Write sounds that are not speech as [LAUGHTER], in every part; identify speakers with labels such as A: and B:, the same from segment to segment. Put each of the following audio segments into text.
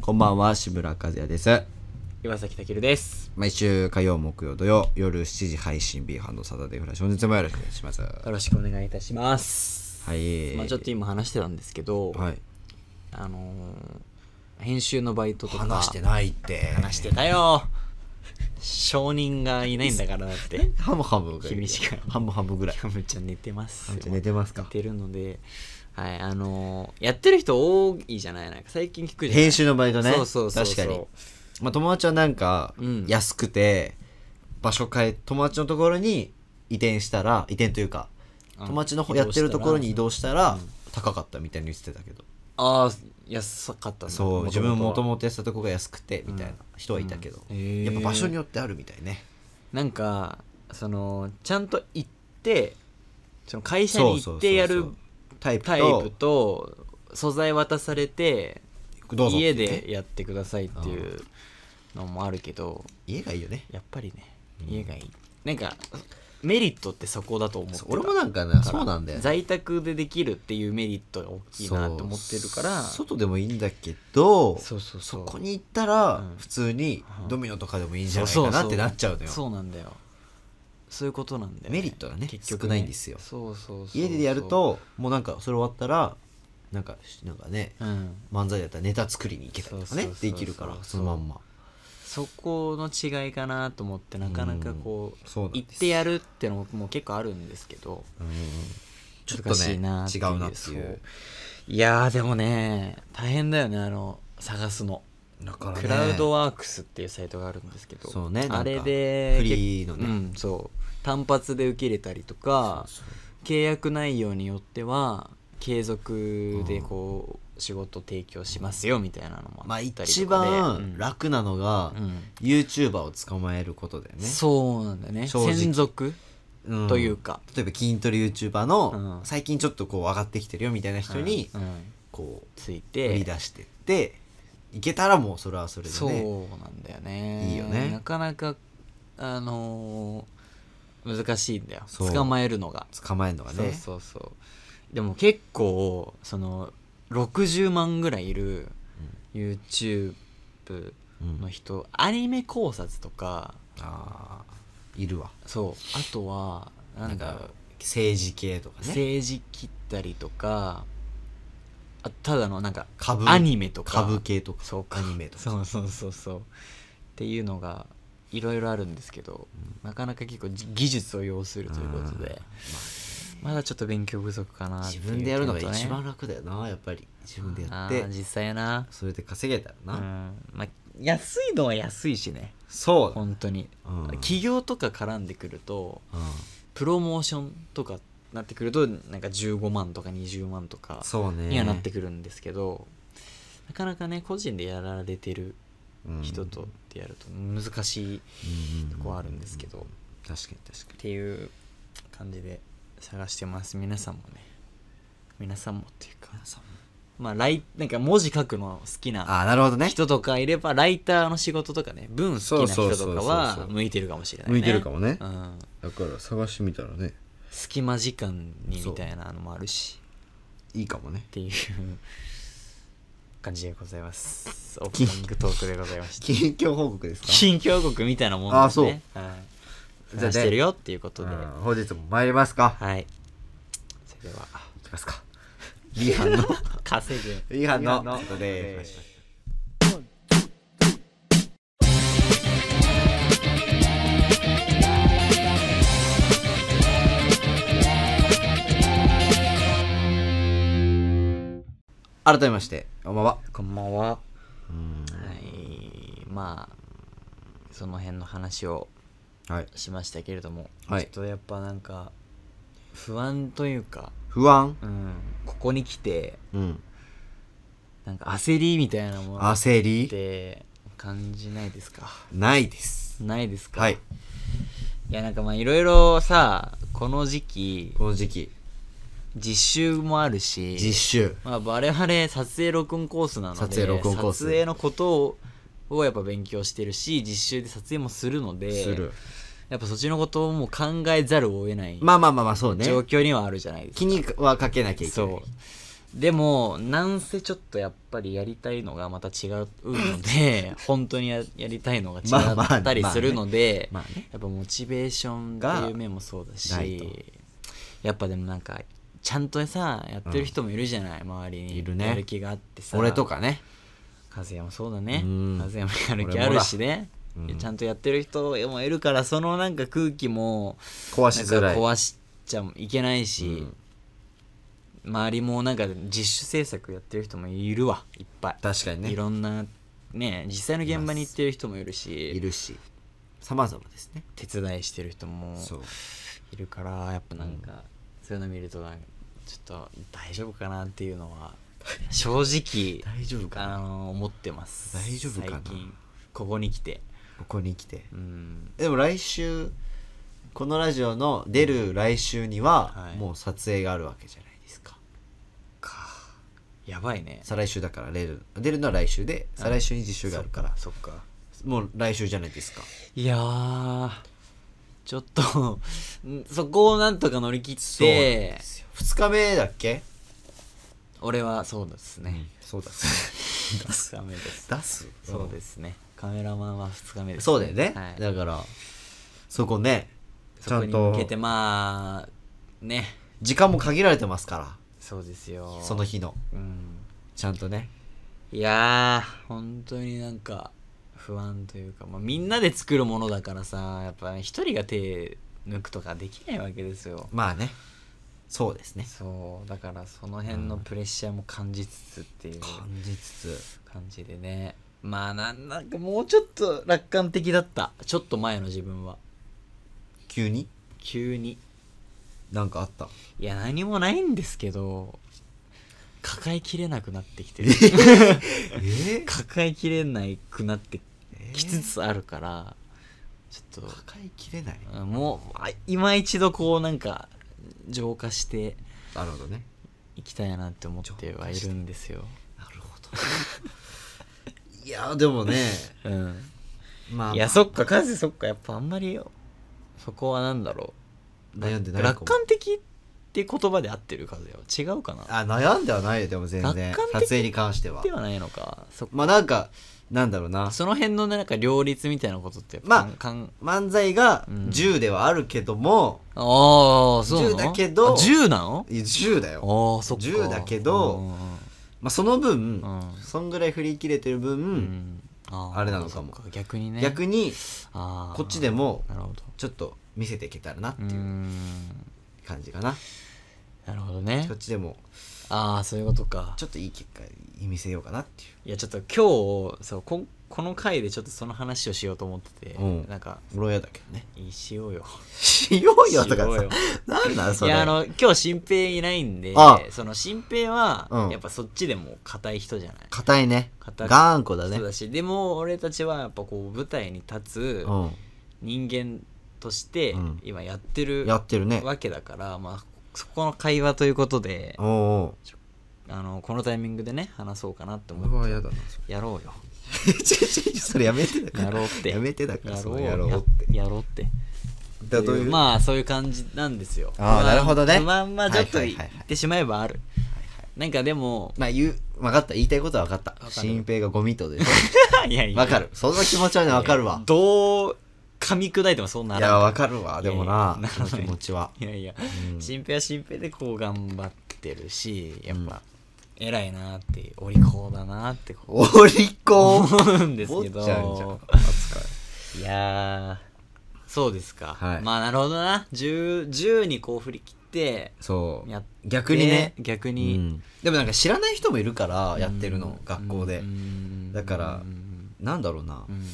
A: こんばんは、志村和也です。
B: 岩崎健です。
A: 毎週火曜、木曜、土曜、夜7時配信 B ハンドサタデーフラッシュ。本日もよろしくお願いします。は
B: よろしくお願いいたします。
A: い。
B: まあちょっと今話してたんですけど、
A: はい。
B: あのー編集のバイトとか
A: 話してないって。
B: 話してたよ。証人がいないんだからだって。
A: ハムハムがいる
B: 君しか
A: [LAUGHS] ハムハムぐらい。
B: ハムちゃん寝てます
A: ハ
B: よ。
A: ムちゃん寝てます
B: 寝
A: か
B: てるので、はいあのーやってる人多いじゃないなんか最近聞くじゃない。
A: 編集のバイトね。
B: そうそうそうそう
A: 確かに。まあ友達はなんか
B: うん、
A: 安くて、場所変え、友達のところに移転したら、移転というか、
B: うん
A: 友達のやってるところに移動したら
B: うん、
A: 高かったみたいに言ってたけど。
B: ああ安かったんだ
A: そう自分もと
B: 々は
A: もとやってたとこが安くてみたいな人はいたけど、
B: うんへー
A: やっぱ場所によってあるみたいね
B: なんかそのちゃんと行ってその会社に
A: そうそうそ
B: 行
A: う
B: っ
A: そう
B: てやる
A: タイプと
B: タイプと素材渡されて
A: どうぞ
B: 家でやってくださいっていうのもあるけど
A: 家がいいよね
B: やっぱりね家がいいなんかメリットってそこだと思ってた
A: そう俺もなんかね
B: だから
A: そうなんだよね
B: 在宅でできるっていうメリットが大きいなと思ってるから
A: そう外でもいいんだけど
B: そうそうそう
A: ここに行ったら
B: うん
A: 普通に
B: うん
A: ドミノとかでもいいんじゃないかなってなっちゃうのよ
B: そうなんだよそういうことなんだよ、
A: メリットがね少ないんですよ
B: そうそうそう
A: 家でやるともうなんかそれ終わったらなんかなんかね
B: うん
A: 漫才だったらネタ作りに行けたりとかね
B: そうそうそうそう
A: できるからそのまんま
B: そこの違いかなと思ってなかなかこ
A: うん
B: う
A: そうなん
B: 行
A: です
B: ってやるってのももう結構あるんですけど
A: うんちょっと
B: 難し
A: ね
B: いな
A: 違
B: ていう
A: なって
B: そ
A: いう
B: いやーでもね大変だよねあの探すの
A: だからね
B: クラウドワークスっていうサイトがあるんですけど
A: そうねなんか
B: あれで
A: フリーのね
B: うん、そう単発で受け入れたりとか
A: そう
B: 契約内容によっては継続でこう仕事提供しますよみたいなのも
A: まあ
B: ったりとかで
A: 一
B: うん
A: 番楽なのが、
B: うん
A: YouTuber を捕まえることだよね。
B: そうなんだよね
A: 正直
B: 専属
A: ん
B: というか、
A: 例えば筋トレ YouTuber の、
B: うん
A: 最近ちょっとこう上がってきてるよみたいな人に、
B: うんうん
A: こ、
B: ついう
A: 売
B: て
A: り出してって、いけたらもうそれはそれで
B: そう
A: ね。
B: なんだよね
A: いいよね
B: なかなかあのー難しいんだよ
A: そう
B: 捕まえるのが、
A: 捕まえるのが
B: そう
A: ね。
B: そうそうでも結構その60万ぐらいいる YouTube
A: うん
B: の人、アニメ考察とか
A: あーいるわ。
B: そうあとはな
A: なん
B: ん
A: か
B: だ、
A: 政治系とかね。
B: 政治切ったりとかあただのなんか
A: 株
B: アニメとか
A: 株系とか。
B: そう
A: アニメとか。
B: そうそうそうそうっていうのがいろいろあるんですけど、なかなか結構じ技術を要するというこ
A: うん
B: と
A: まあ
B: で、まだちょっと勉強不足かなってい
A: 自
B: う
A: 分でやるのが
B: 点とね
A: 一番楽だよな、やっぱり。自分でやっ
B: あ
A: て
B: ー、実際な
A: それで稼げたら
B: う
A: な。
B: んまあ安いのは安いしね
A: そうだ。
B: 本当に、
A: うん
B: 企業とか絡んでくると
A: うん
B: プロモーションとかなってくるとなんか15万とか20万とか
A: そうね。
B: にはなってくるんですけど、なかなかね個人でやられてる
A: うん
B: 人とってやると難しいとこはあるんですけど、っ
A: 確かに確かに
B: ていう感じで探してます皆さんもね皆さんもっていうかまあライなんか文字書くの好きな
A: ああなるほどね
B: 人とかいればライターの仕事とかね文好きな
A: そ
B: 人
A: うそう
B: と
A: そうそ
B: か
A: うそ
B: は
A: う
B: 向いてるかもしれない、ね、
A: 向いてるかもね
B: うん、
A: だから探してみたらね
B: 隙間時間にみたいなのもあるし
A: いいかもね
B: っていう感じでござい [LAUGHS] ますオープニングトークでございました
A: 近況報告
B: [LAUGHS]
A: ですか
B: 近況報告みたいなもんですねは
A: じ
B: い、
A: ゃあ
B: 話してるよっていうこと
A: う
B: で、
A: ん本日も参りますか
B: はいそれではい
A: きますか B 班の
B: [LAUGHS] 稼ぐ
A: B 班のことで改めましてこんばんは
B: こんばんはは
A: うん
B: いまあその辺の話を
A: はい
B: しましたけれども、
A: はい
B: ちょっとやっぱなんか不安というか、
A: 不安
B: うん、ここに来て
A: うん
B: なんか焦りみたいなものっ
A: 焦り
B: て感じないですか
A: ないです
B: ないですか
A: はい
B: いやなんかまあいろいろさこの時期
A: この時期
B: 実習もあるし
A: 実習
B: まあ、我々撮影録音コースなので
A: 撮影録音コース
B: 撮影のことををやっぱ勉強してるし実習で撮影もするのです
A: る
B: やっぱそっちのことをもう考えざるを得ない
A: まあまあまあまあそうね
B: 状況にはあるじゃないですか、
A: 気にはかけなきゃいけない
B: そうでもなんせちょっとやっぱりやりたいのがまた違うの
A: [LAUGHS]
B: で本当にややりたいのが違
A: まあまあ
B: ったりするので、
A: まあね
B: やっぱモチベーションっていう面もそうだ
A: がないと
B: しやっぱでもなんかちゃんとさやってる人もいるじゃない、周りに
A: いるね
B: やる気があってさ
A: 俺とかね
B: 和也もそうだね
A: うん
B: 和也もやる気あるしね、
A: 俺もだうん
B: ちゃんとやってる人もいるからそのなんか空気も
A: 壊し
B: なんか
A: づらい
B: 壊しちゃいけないし、
A: うん
B: 周りもなんか自主制作やってる人もいるわいっぱい、
A: 確かにね
B: いろんなね実際の現場に行ってる人もいるし
A: いるしさまざまですね
B: 手伝いしてる人も
A: そう
B: いるからやっぱなんか、そういうの見るとなんかちょっと大丈夫かなっていうの
A: [LAUGHS]
B: は正直
A: 大丈夫か
B: あ
A: な
B: の思ってます
A: 大丈夫かな
B: 最近ここに来て
A: ここに来て
B: うん
A: でも来週このラジオの出る来週には
B: はい
A: もう撮影があるわけじゃないですか、
B: やばいね
A: 再来週だから出る出るのは来週で再来週に実習があるから
B: そっか
A: もう来週じゃないですか
B: いやーちょっと [LAUGHS] んそこをなんとか乗り切っ
A: そうなん
B: て
A: ですよ2日目だっけ
B: 俺はそうですね
A: そうだ
B: 2日目です
A: 出す
B: そうですねカメラマンは2日目です
A: そうだよね、
B: はい
A: だからそこねち
B: そ
A: ゃ
B: こ
A: ん
B: に向け
A: と
B: てまあね
A: 時間も限られてますか
B: そうですよ
A: らその日の
B: うん
A: ちゃんとね
B: いやー本当になんか不安というか、まあ、みんなで作るものだからさやっぱ一人が手抜くとかできないわけですよ
A: まあねそうですね
B: そうだからその辺のプレッシャーも感じつつっていう
A: 感じつつ
B: 感じでねまあなんなんかもうちょっと楽観的だったちょっと前の自分は
A: 急に
B: 急に
A: なんかあった
B: いや何もないんですけど抱えきれなくなってきてる
A: え [LAUGHS] ー
B: 抱えきれなくなって
A: え
B: きつつあるからちょっと
A: 抱えきれない
B: うんもうあ今一度こうなんか浄化して
A: なるほどね
B: いきたいなって思ってはいるんですよ、
A: なるほど [LAUGHS] いやでもね
B: うん、
A: まあ
B: いやそっかカズそっかやっぱあんまりそこはなんだろ
A: 悩んで
B: う
A: ないか
B: 楽
A: も
B: 観的って言葉で合ってるカズよ違うかな
A: あ悩んではないよでも全然
B: 楽観的
A: 撮影に関しては
B: ではないのかそっか
A: まあなんかなんだろうな
B: その辺のねなんか両立みたいなことってやっぱ
A: まあ
B: かん
A: 漫才が
B: うん
A: 10ではあるけども、
B: あーそう
A: 10
B: なの
A: だけど
B: あ10なの
A: いや10だよ、
B: ああそっか
A: 10だけど
B: うん
A: まあ、その分、
B: うんうん
A: そんぐらい振り切れてる分、
B: うんー
A: あれなのかも
B: そっ逆にね
A: 逆に
B: あー
A: こっちでも
B: なるほど
A: ちょっと見せていけたらなって
B: うー
A: いうん感じかな、
B: なるほどね
A: こっちでも
B: ああそういうことか
A: ちょっといい結果見せようかなっていう
B: いやちょっと今日そうここの回でちょっとその話をしようと思ってて、
A: うん
B: なんか
A: 俺は嫌だけどね
B: いいしようよ
A: しようよとか
B: しよう
A: さ
B: よ
A: なんなんそ
B: い
A: れ
B: やあの今日新平いないんで
A: あ
B: その新平は、
A: うん
B: やっぱそっちでも硬い人じゃない
A: 硬いね
B: 硬い
A: 頑固だね
B: そうだしでも俺たちはやっぱこう舞台に立つ
A: う
B: 人間として
A: うん
B: 今やってる
A: んやってるね
B: わけだから、まあそこの会話ということで
A: おうお
B: あのこのタイミングでね話そうかなって
A: う
B: 思って
A: 嫌だな
B: やろうよ
A: ちょちょちょそれやめてだから
B: やろうって
A: やめてだから
B: や
A: そ
B: ろう
A: のやろうっ
B: ややろうって
A: てだどういう
B: まあそういう感じなんですよ
A: あー
B: ま
A: なるほどね
B: まあまあちょっと
A: はい
B: 言
A: はいはいはい
B: ってしまえばあるなんかでも
A: まあ言う分かった言いたいことは分かった
B: かる
A: 新平がゴミとでしょ
B: いやいや
A: 分かるその気持ちはね分かるわ
B: どう噛み砕いてもそうないら
A: や
B: ん
A: 分かるわでもない
B: やいや
A: その気持ちはい
B: や [LAUGHS] いや
A: うん
B: 新平は新平でこう頑張ってるしやっぱ偉いなってお利口だなってこう
A: お利口
B: 思うんですけど
A: 持っちゃうじゃん扱い
B: いやーそうですか、
A: はい
B: まあなるほどな 10, 10にこう振り切って
A: そう
B: やって
A: 逆にね
B: 逆
A: う
B: に、
A: んでもなんか知らない人もいるからやってるの学校でだから
B: うん
A: なんだろうな
B: うん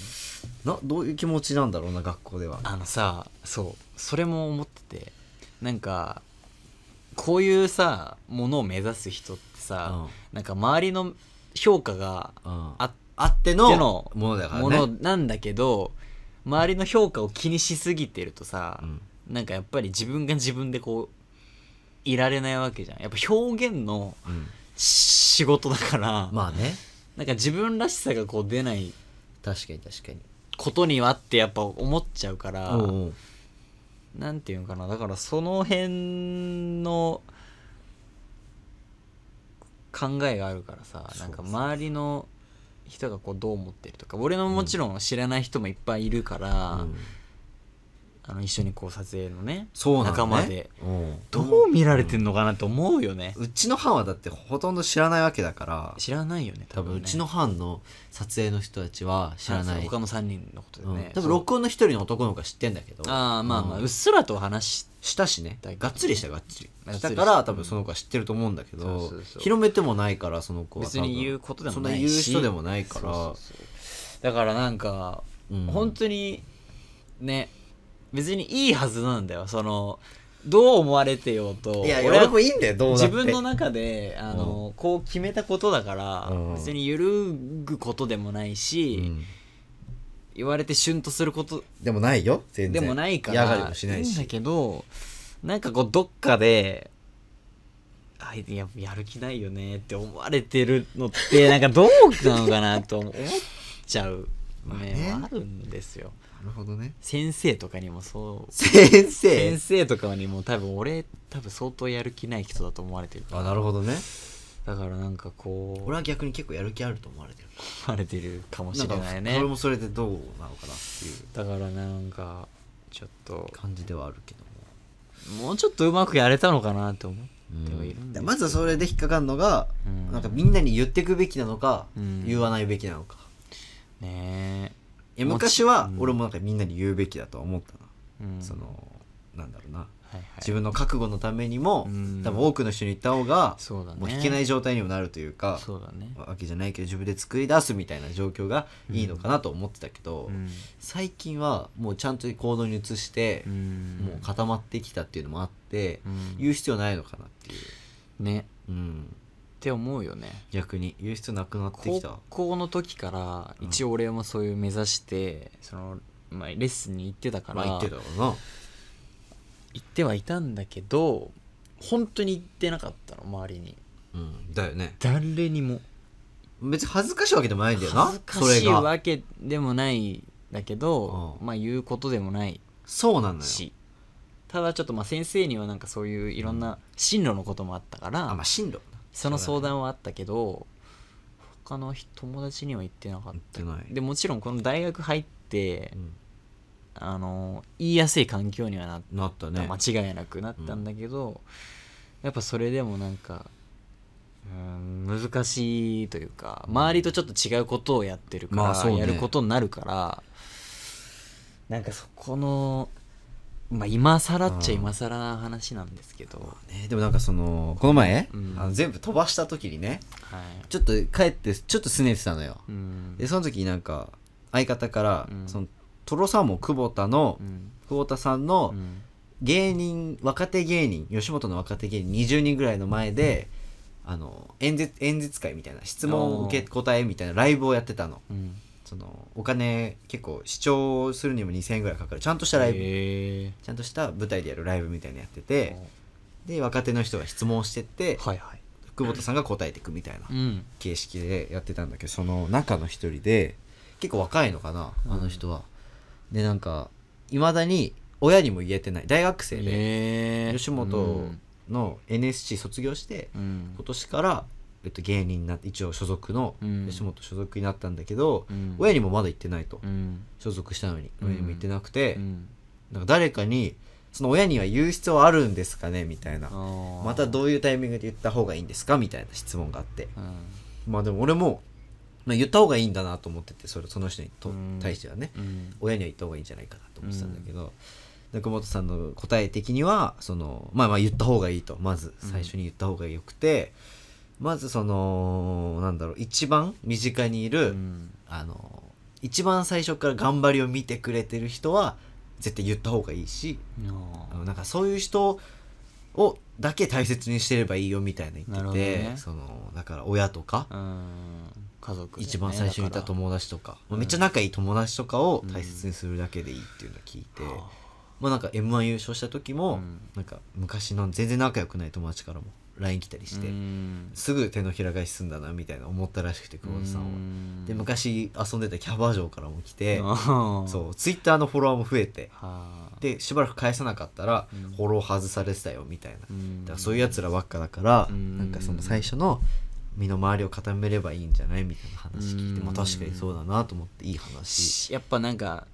A: などういう気持ちなんだろうな学校では
B: あのさそうそれも思っててなんかこういうさものを目指す人ってさ、なんか周りの評価が
A: あ
B: あっ
A: あって
B: て
A: の
B: の
A: ものだからね
B: ものなんだけど周りの評価を気にしすぎてるとさ、
A: うん
B: なんかやっぱり自分が自分でこういられないわけじゃんやっぱ表現の
A: うん
B: 仕事だから、
A: まあね
B: なんか自分らしさがこう出ない
A: 確かに確かに
B: ことにはってやっぱ思っちゃうから
A: おうおう
B: なんていうのかなだからその辺の考えがあるからさ
A: そう
B: なん
A: そ
B: か
A: う
B: 周りの人がこうどう思ってるとか俺のもちろん知らない人もいっぱいいるから、
A: うん
B: あの一緒にこう撮影のね
A: そうなの、ね、
B: 仲間で
A: うん
B: どう見られてんのかなと思うよね、
A: うちの班はだってほとんど知らないわけだから
B: 知らないよね
A: 多分
B: ね
A: うちの班の撮影の人たちは知らな
B: あ
A: い、
B: そう他の3人のことで
A: うん
B: ね、
A: 多分録音の一人の男の子は知ってんだけど
B: ああまあまあ、う
A: う
B: っ
A: ん
B: すらと話し
A: したしね
B: だけど
A: がっつりしたがっつり
B: がっつりし
A: したたから多分その子は知ってると思うんだけど、
B: そうそうそう
A: 広めてもないからその子は多
B: 別
A: 分
B: に言うことでも
A: そんな
B: ない
A: 言う
B: し
A: 人でもないから
B: そうそうそうだからなんか、
A: うん
B: 本当にね別にいいはずなんだよそのどう思われてようと
A: いや
B: は
A: 俺もいいんだよどうだ
B: 自
A: って
B: 分の中であの、こう決めたことだから、
A: うん
B: 別に揺るぐことでもないうし、
A: ん
B: 言われてシュンとすること
A: でもないよ全
B: で
A: 然
B: もないか
A: 嫌が
B: ら
A: りもしない
B: ん
A: し
B: だけどなんかこうどっかであいややる気ないよねって思われてるのってなんかどうなのかなと思っちゃう面はあるんですよ、
A: なるほどね
B: 先生とかにもそう
A: 先生
B: 先生とかにも多分俺多分相当やる気ない人だと思われてるか
A: あなるほどね
B: らだからなんかこう
A: 俺
B: 思
A: は逆に結構やる気あると思われてる
B: われてるかもしれない
A: んか
B: ね
A: 俺もそれでどうなのかなっていう
B: だからなんかちょっと
A: 感じではあるけども
B: もうちょっとうまくやれたのかなと思ってはいるんです
A: まずはそれで引っかかるのが、
B: うん
A: なんかみんなに言ってくべきなのか、
B: うん
A: 言わないべきなのか
B: ね
A: いや
B: もち
A: 昔は
B: うん
A: 俺もなんかみんなに言うべきだとは思ったな、
B: え、うん
A: そのなんだろうな
B: はいはい、
A: 自分の覚悟のためにも、
B: うん
A: 多分多くの人に言った方が
B: そうだね
A: もう引けない状態にもなるというか
B: そうだね
A: わけじゃないけど自分で作り出すみたいな状況がいいのかなと思ってたけど、
B: うん、
A: 最近はもうちゃんと行動に移して、
B: うん
A: もう固まってきたっていうのもあって、
B: うん
A: 言う必要ないのかなっていう、
B: ね
A: うん、
B: って思うよね
A: 逆に言う必要なくなってき
B: 高
A: た
B: 校の時から
A: うん
B: 一応俺もそういう目指して、そのまあ、レッスンに行ってたから、
A: まあ言ってたろうな
B: 行ってはいたんだけど本当に行ってなかったの周りに
A: うんだよね
B: 誰にも
A: 別に恥ずかしいわけでもないんだよな
B: 恥ずか
A: それ
B: しい
A: が
B: わけでもないだけど
A: うん
B: まあ言うことでもない
A: そうなのよ
B: ししただちょっとまあ先生にはなんかそういういろんな進路のこともあったから、
A: あまあ進路
B: その相談はあったけど他の人友達には言ってなかっ
A: 言ってない
B: たでもちろんこの大学入って、
A: うん
B: あの言いやすい環境にはなっ
A: なった
B: た、
A: ね
B: 間違いなくなったんだけど、やっぱそれでもなんかうん難しいというか周りとちょっと違うことをやってるから、
A: まあそうね
B: やることになるからなんかそこの、まあ、今更っちゃ今更な話なんですけど、
A: ねでもなんかそのこの前、
B: うん
A: あの全部飛ばした時にね
B: はい
A: ちょっと帰ってちょっと拗ねてたのよ、
B: うん
A: でその時になんか相方から、
B: うん
A: そのトロサーモン久保田の、
B: うん
A: 久保田さん
B: う
A: の
B: ん
A: 芸人若手芸人吉本の若手芸人20人ぐらいの前で、あの演説演説会みたいな質問を受け答えみたいなライブをやってたの
B: うん
A: そのお金結構視聴するにも2000円ぐらいかかるちゃんとしたライブ、
B: へえ
A: ちゃんとした舞台でやるライブみたいなのやっててで若手の人が質問してって
B: はいはい
A: 久保田さんが答えていくみたいな
B: うん
A: 形式でやってたんだけどその中の一人で結構若いのかな
B: うん
A: あの人は、でなんかいまだに親にも言えてない大学生で
B: へえ
A: 吉本の NSC 卒業して
B: うん
A: 今年から、えっと、芸人になって一応所属の
B: うん
A: 吉本所属になったんだけど、
B: うん
A: 親にもまだ言ってないと。
B: うん
A: 所属したのに
B: うん
A: 親にも言ってなくて、
B: うん
A: なんか誰かにその親には言う必要あるんですかねみたいなま
B: ま
A: たどういうタイミングで言った方がいいんですかみたいな質問があって
B: うん
A: まあでも俺も、まあ、言った方がいいんだなと思っててそれその人にと
B: うん
A: 対してはね
B: うん
A: 親には言った方がいいんじゃないかなと思ってたんだけど、中本さんの答え的にはそのまあまあ言った方がいいとまず最初に言った方がよくて、まずそのなんだろう一番身近にいる、
B: うん
A: あの一番最初から頑張りを見てくれてる人は絶対言った方がいいしあのなんかそういう人をだけ大切にしてればいいよみたいな
B: なる
A: 言っ
B: ほど
A: てて、
B: ね
A: そのだから親とか、
B: うん家族だよね
A: 一番最初にいた友達とか
B: ら
A: めっちゃ仲いい友達とかを大切にするだけでいいっていうのを聞いて、
B: だから
A: まあなんか m 1優勝した時も、
B: うん
A: なんか昔の全然仲良くない友達からも LINE 来たりして、
B: うん
A: すぐ手のひら返しすんだなみたいな思ったらしくて久保田さんは。
B: うん
A: で昔遊んでたキャバ嬢からも来て、
B: ああ
A: そうツイッターのフォロワーも増えて
B: はあ
A: でしばらく返さなかったら、
B: うん
A: フォロー外されてたよみたいな、
B: うん
A: だからそういうやつらばっかだから、
B: うん
A: なんかその最初の身の回りを固めればいいんじゃないみたいな話聞いて
B: うん
A: まあ確かにそうだなと思っていい話
B: やっぱなんか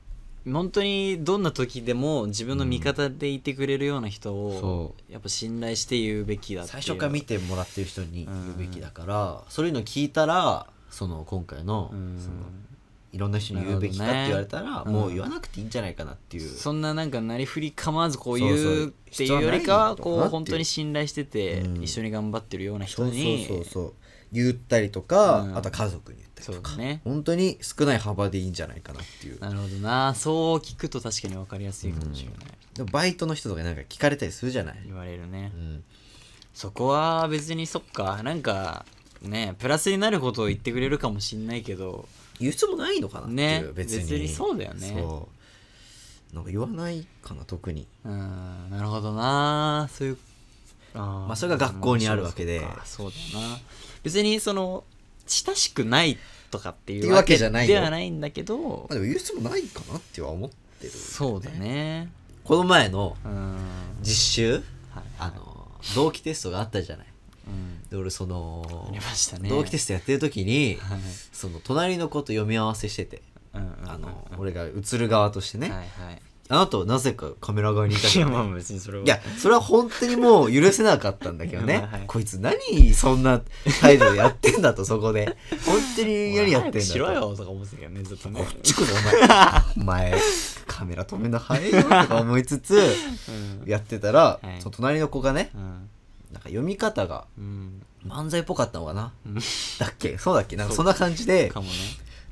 B: 本当にどんな時でも自分の味方でいてくれるような人
A: うん
B: を
A: そ
B: やっぱ信頼して言うべきだっていう
A: 最初から見てもらってる人に言うべきだからそういうの聞いたらその今回の
B: う
A: そ
B: ん
A: のいろんな人に言うべきかって言われた
B: なる
A: ら
B: ほどね
A: もう言わなくていいんじゃないかなっていう
B: そんななんかなりふり構わずこう
A: そう
B: 言
A: そうう
B: っていうよりかは
A: 必要な
B: こう
A: いんだろうなっていう
B: 本当に信頼してて
A: うん
B: 一緒に頑張ってるような
A: そ
B: 人
A: うそう
B: に
A: そうそう言ったりとか、
B: うん
A: あとは家族に言ったり
B: そ
A: と
B: う
A: か、
B: だね
A: 本当に少ない幅でいいんじゃないかなっていう
B: なるほどなそう聞くと確かに分かりやすいかもしれない
A: でもバイトの人とかなんか聞かれたりするじゃない、
B: 言われるね
A: うん、
B: そこは別にそっかなんかねプラスになることを言ってくれるかもしんないけど
A: 言う必要もないのかなっていう、
B: ね
A: 別に
B: 別にそうだよね
A: そうなんか言わないかな特に
B: うんなるほどなそういうあー
A: まあそれが学校にあるわけで
B: まあそうかそうだな別にその親しくないとかって
A: って
B: い
A: いううわけじゃないよ
B: ではないんだけ
A: ま
B: ど
A: あでも言う必要もないかなっては思ってる
B: そうだね
A: この前の
B: うん
A: 実習
B: はい
A: あの同期テストがあったじゃない
B: うん
A: で俺そ
B: あ
A: の
B: りましたね
A: 同期テ
B: す
A: ストやってる時に
B: はい
A: その隣の子と読み合わせしてて
B: うんうんうん
A: あの俺が映る側としてね、
B: はいはい
A: あなたはなぜかカメラ側にいた
B: い
A: け
B: や
A: ど
B: まあ別にそれはい
A: やそれは本当にもう許せなかったんだけどね、
B: まあ [LAUGHS] はい
A: こいつ何そんな態度でやってんだとそこで本当に何やってんだと
B: お前早くしろよとか思ってたけどねずっとね
A: こっち来るお前お前カメラ止めな早いよとか思いつつ
B: うん
A: やってたら、
B: はい
A: その隣の子がね
B: うん
A: なんか読み方が
B: うん
A: 漫才っぽかったのかな
B: うん
A: だっけそうだっけなんかそんな感じで
B: かもね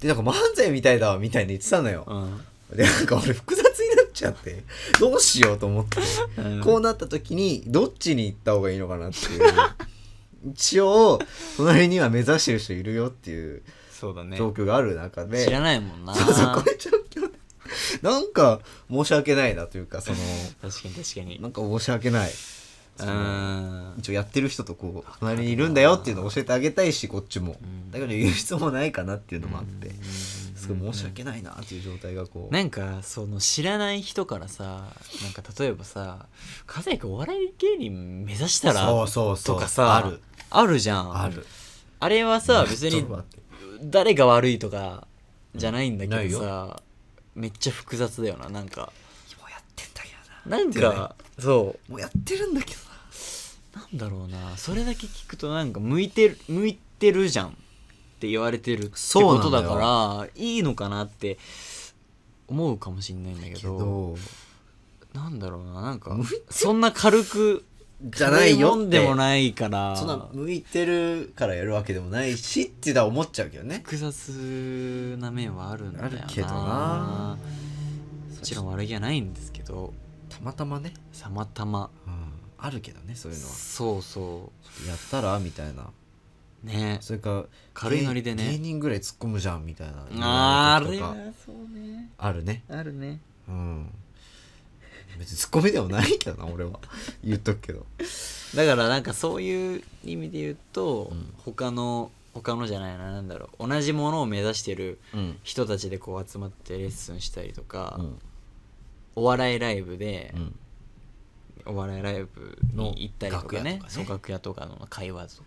A: でなんか漫才みたいだわみたいに言ってたのよ、
B: う
A: でなんか俺複雑になっちゃってどうしようと思って
B: ん
A: こうなった時にどっちに行った方がいいのかなって
B: [LAUGHS]
A: いう一応隣には目指してる人いるよっていう
B: そうだね
A: 状況がある中で、
B: 知らないもんな
A: そうそうこ
B: 確
A: ういう状況でなんか申し訳ないなというかその
B: かに確かに
A: なんか申し訳ない
B: うん
A: 一応やってる人とこう隣にいるんだよっていうのを教えてあげたいしこっちも、
B: うん
A: だけど言う必要もないかなっていうのもあって、
B: うん
A: すごい申し訳ないなっていう状態がこう、
B: なんかその知らない人からさなんか例えばさ「和也君お笑い芸人目指したら?」
A: そうそうそう
B: とかさ
A: ある
B: あるじゃん
A: ある
B: あれはさ別
A: ちょ
B: に
A: っと待って
B: 誰が悪いとかじゃないんだ
A: な
B: け
A: い
B: ど
A: よ
B: さめっちゃ複雑だよななんか
A: もうやってんだけどな
B: なん
A: っていうね
B: かそう
A: もうやってるんだけどな
B: なんだろうなそれだけ聞くとなんか向いてる向いてるじゃんって言われてるって
A: そう
B: こ
A: な
B: と
A: んだ
B: だ
A: よ
B: からいいのかなって思うかもしんないんだけ
A: け
B: ど
A: ど
B: なんだろうななんか
A: 向いてる
B: そんな軽く
A: じゃないよって
B: 軽いもんでもないから
A: そんな向いてるからやるわけでもないしっていうのは思っちゃうけどね
B: 複雑な面はあるんだよな
A: あるけどな
B: もちろん悪気はないんですけど
A: たまたまね、
B: さまたま
A: うん、あるけどねそういうのは
B: そうそ
A: やったらみたいな
B: うね
A: それから
B: 軽いノリでね
A: 芸芸人ぐらい突っ込むじゃんみたいな
B: あーあ
A: と
B: れ
A: か
B: はそうね
A: あるね
B: あるね
A: うん別に突っ込みでもないけどな俺は [LAUGHS] 言っとくけど
B: だからなんかそういう意味で言うと、
A: うん
B: 他の他のじゃないななんだろう同じものを目指してる
A: うん
B: 人たちでこう集まってレッスンしたりとか、
A: うん
B: お笑いライブで
A: う、ん
B: お笑いライブに行ったりとか
A: の楽屋
B: ね
A: とかね
B: そう楽屋とかの会話とか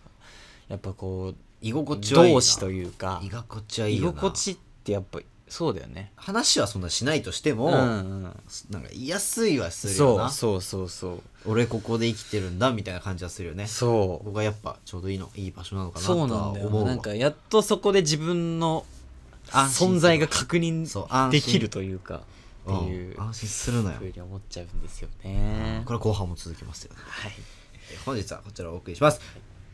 B: やっぱこう
A: 居心地はいいな
B: 同志というか
A: 居心地はいい
B: 居
A: よな
B: 心地ってやっぱそうだよね
A: 話はそんなしないとしても、
B: うんうん
A: なんか言いやすいはするよ
B: そう
A: な
B: そうそうそう
A: 俺ここで生きてるんだみたいな感じはするよね
B: そ
A: こ
B: う
A: こがやっぱちょうどいいのいい場所なのかなと
B: そうな
A: は
B: んだ
A: 思うわ
B: よなんかやっとそこで自分の
A: 安心する
B: 存在が確認
A: そう安
B: で
A: 心
B: きるというかって
A: うん
B: いう
A: 安心するのよ
B: ふうに思っちゃうんですよね
A: これは後半も続きますよ、ね、
B: はい
A: えー本日はこちらをお送りします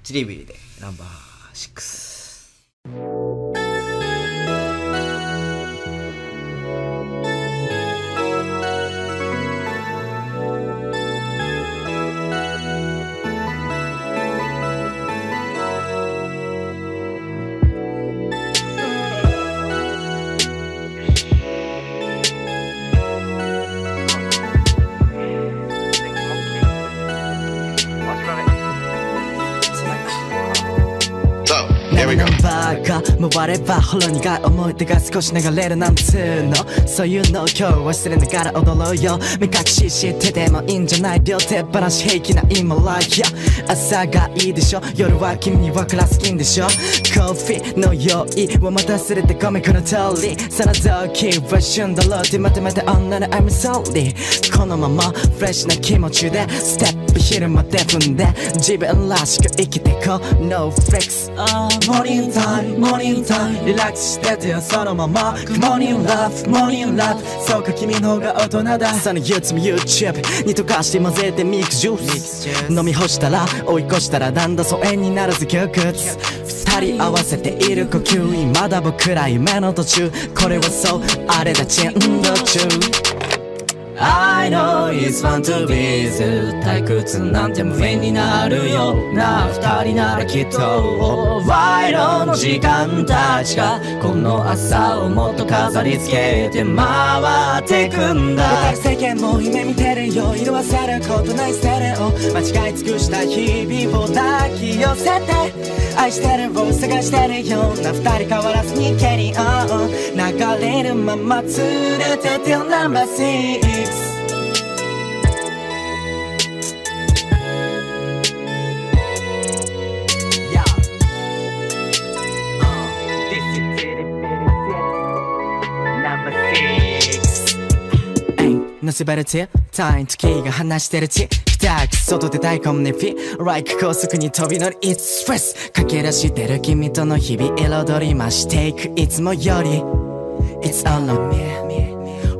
A: チリビリでナンバー6
C: So, here we go.
D: バーが
C: 回ればほろ苦い思い出が少し流れるなんつうのそういうのを今日忘れながら踊ろうよ目隠ししててもいいんじゃない両手放し平気な今 like y 朝がいいでしょ夜は君には暗すぎんでしょコーヒーの用意をまた忘れてごめんこの通りその時は旬だろうってまとめて女の I'm sorry このままフレッシュな気持ちでステップ昼まで踏んで自分らしく生きてこう No flex あーモーニングタイムモーニングタイムリラックスしててよそのまま Good morning love モーニング love そうか君の方が大人だその憂鬱も YouTube に溶かして混ぜてミックスジュース飲み干したら追い越したらだんだん疎遠になるぜ窮屈二人合わせている呼吸まだ僕ら夢の途中これはそうあれだ珍道中 I know it's fun to be with 退屈なんて無縁になるよな二人ならきっと賄賂の時間たちがこの朝をもっと飾り付けて回ってくんだ世間も夢見てるよ色褪せることないステレオ間違い尽くした日々を抱き寄せて愛してるを探してるような二人変わらずにケリーオン流れるまま連れて till number six のせばるち単位時が話してるちくたく外で大根ねピ Like 高速に飛び乗り It's stress 駆け出してる君との日々彩り増していくいつもより It's all on me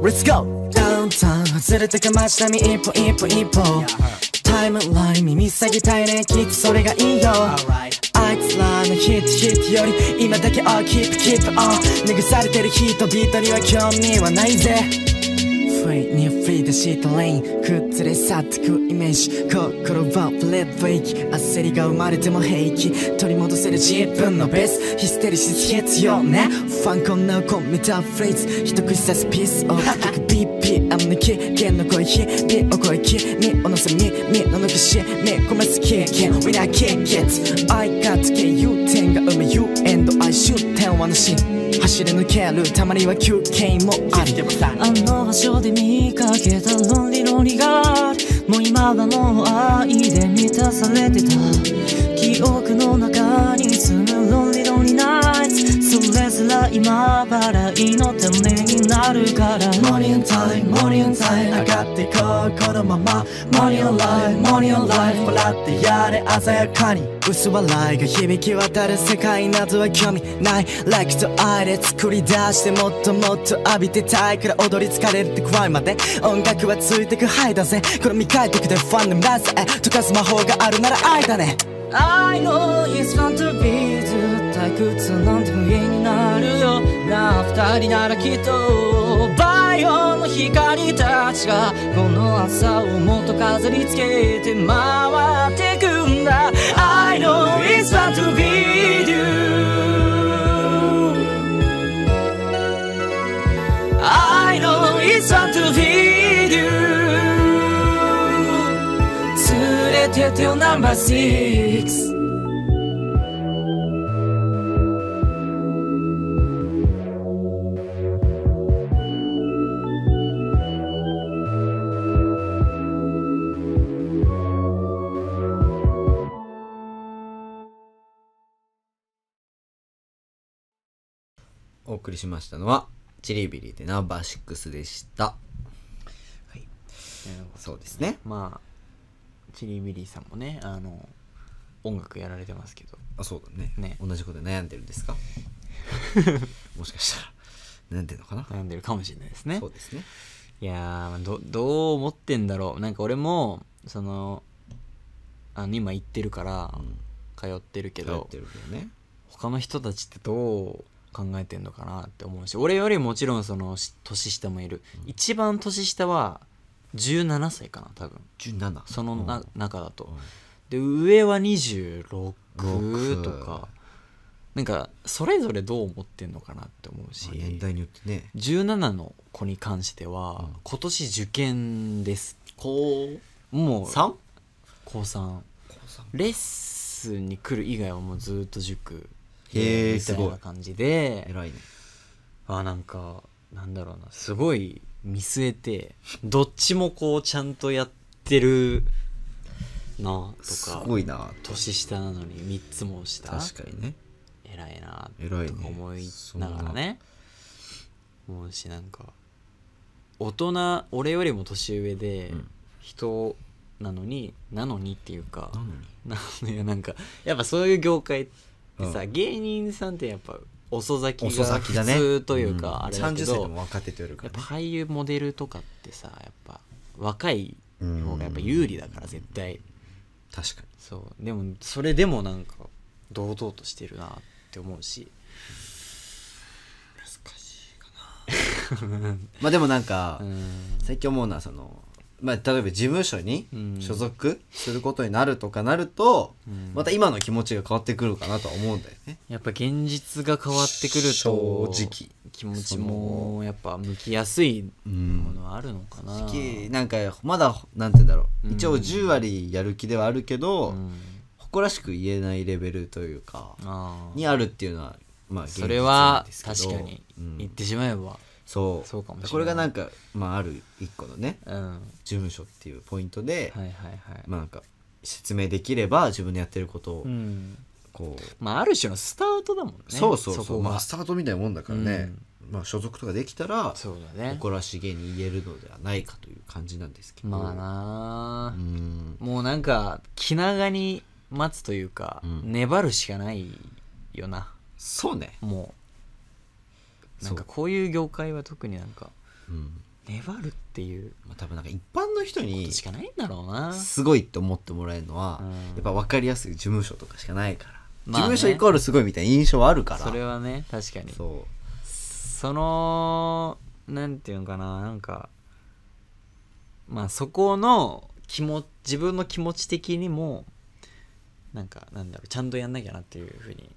C: Let's go! ダウンタウン外れてく街並み一歩一歩一歩タイムライン耳塞ぎたいねきっとそれがいいよあいつらのヒットヒットより今だけ I'll keep keep on 流されてる人々には興味はないぜフリーにフリーでしたレイン崩れ去ってくイメージ心はブレッドウェイキ焦りが生まれても平気取り戻せる自分のベースヒステリシス必要ねファンコンナウコンメタフレーズ一口刺すピースオフ BPM の危険の声日々を超え君を乗せ耳の抜きし目込めすき Can we not kick it? I got to get you 点が生む You and I shoot 点はなし走り抜けるたまには休憩もあり
D: あの場所で見かけたロンリロリがもう今だの愛で満たされてた記憶の中に住むロンリロリナイツそれすら今払いの種になるから
C: モーニングタイムモーニングタイム上がっていこうこのままモーニングライフモーニングライフ笑ってやれ鮮やかに薄笑いが響き渡る世界などは興味ないラキと愛で作り出してもっともっと浴びてたいから踊り疲れるって怖いまで音楽はついてくハイだぜこの未開拓でファンでもラぜ溶かす魔法があるなら愛だね
D: I know it's fun to be ずっと退屈なんて無縁になるよなあ二人ならきっとバイオの光たちがこの朝をもっと飾り付けて回ってくんだ I know it's fun to be you I know it's fun to be you 連れてってよ number six
A: お送りしましたのはチリビリでナンバーシックスでしたそうですね
B: まあチリビリーさんもねあの音楽やられてますけど
A: あそうだね
B: ね
A: 同じことで悩んでるんです
B: [LAUGHS]
A: かもしかしたら悩んでるのかな、
B: 悩んでるかもしれないですね
A: そうですね
B: いやーどどう思ってんだろうなんか俺もそのあの今行ってるから
A: うん
B: 通ってるけ
A: やっ
B: ど、
A: てるけどね
B: 他の人たちってどう考えてんのかなって思うし俺よりもちろんそのし年下もいる、一番年下は17歳かな多分
A: 17
B: そのな、中だと、
A: うん
B: で上は26とかなんかそれぞれどう思ってんのかなって思うし
A: まあ年代によってね
B: 17の子に関しては、
A: うん
B: 今年受験です高もう
A: 3?
B: 高3
A: 高三
B: レッスンに来る以外はもうずっと塾
A: へえすごい
B: みたいな感じで
A: 偉いね
B: あなんかなんだろうなすごい見据
A: [LAUGHS]
B: えてどっちもこうちゃんとやってるなとか
A: すごいな
B: 年下なのに3つも下
A: 確かにね
B: 偉いな
A: 偉いね
B: とか思いながらね思うしなんか大人俺よりも年上で
A: うん
B: 人なのに、なのにっていうか
A: なのに
B: なのになんかやっぱそういう業界ってさ、
A: う
B: 芸人さんってやっぱ遅咲き
A: 遅
B: が
A: 咲き
B: 普
A: だね
B: 通というか、あれだ
A: 三
B: け
A: 十
B: ど
A: 30歳でも若手とやるか
B: やっ
A: ら
B: ぱ
A: ね
B: 俳優モデルとかってさやっぱ若い方がやっぱ有利だから絶対
A: 確かに
B: そうでもそれでもなんか堂々としてるなって思うし
A: まあでもなんか、
B: うん
A: 最近思うのはその、まあ、例えば事務所に
B: うん
A: 所属することになるとかなると、
B: うん
A: また今の気持ちが変わってくるかなとは思うんだよね
B: やっぱ現実が変わってくると
A: 正直
B: 気持ちもやっぱ向きやすいものはあるのかな
A: 正直なんかまだなんて言うんだろう、
B: うん
A: 一応10割やる気ではあるけど、
B: うん
A: 誇らしく言えないレベルというか、
B: あ
A: にあるっていうのはまあ現実
B: それ
A: なん
B: は
A: ですけど
B: 確かに
A: うん
B: 言ってしまえば
A: そう
B: そうかもしれない
A: これがなんか、まあ、ある一個のね
B: うんは
A: 事務所っていうポイントで、
B: いはいはい
A: まあなんか説明できれば自分のやってることを
B: うん
A: こう、
B: まあある種のスタートだもんね
A: そうそうそう
B: こが
A: まあスタートみたいなもんだからね、まあ所属とかできたら
B: そうだね
A: 誇らしげに言えるのではないかという感じなんですけど
B: まあなあ
A: うん
B: もうなんか気長に待つというか、
A: うん
B: 粘るしかないよな
A: そうね
B: もうなんか
A: そ
B: こういう業界は特になんか
A: う、うん
B: 粘るっていう
A: まあ、多分なんか一般の人
B: こと
A: に
B: しかないんだろうな
A: すごいって思ってもらえるのは、
B: うん
A: やっぱ分かりやすい事務所とかしかないから、
B: まあね
A: 事務所イコールすごいみたいな印象はあるから
B: それはね確かにそ
A: そう
B: のなんていうのかななんかまあそこの気持自分の気持ち的にもなんかなんだろうちゃんとやんなきゃなっていうふうに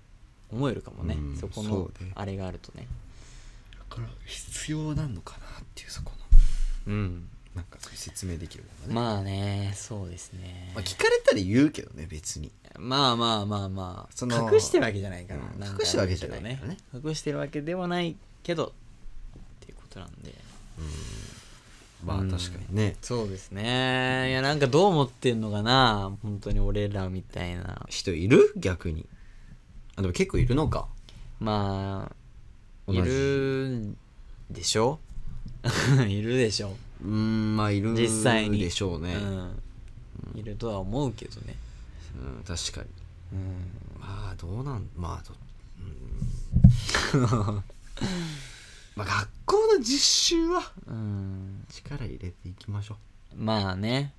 B: 思えるかもね、
A: うん
B: そ
A: そ
B: この
A: うね
B: あれがあるとね
A: だから必要なのかなっていうそこの
B: うん
A: なんかそういう説明できるものがね、まあ
B: まあねそうですね、
A: 聞かれたら言うけどね別に
B: まあまあまあまあ
A: その
B: 隠してるわけじゃないから、
A: うん
B: なんか
A: 隠してるわけじゃないからね
B: あるけど隠してるわけではないけどっていうことなんで
A: まあ
B: うん
A: 確かにね、
B: そうですねいやなんかどう思ってんのかな本当に俺らみたいな
A: 人いる逆にあでも結構いるのか
B: まあ
A: 同じ
B: いるんでしょ [LAUGHS] いるでしょ
A: うーんまあいる
B: 実際に
A: でしょうね、
B: う
A: うん
B: ん、いるとは思うけどね
A: 確かに
B: うん
A: まあどうなんまあど、 [LAUGHS] うんまあ学校の実習は
B: うん
A: 力入れていきましょ
B: まあね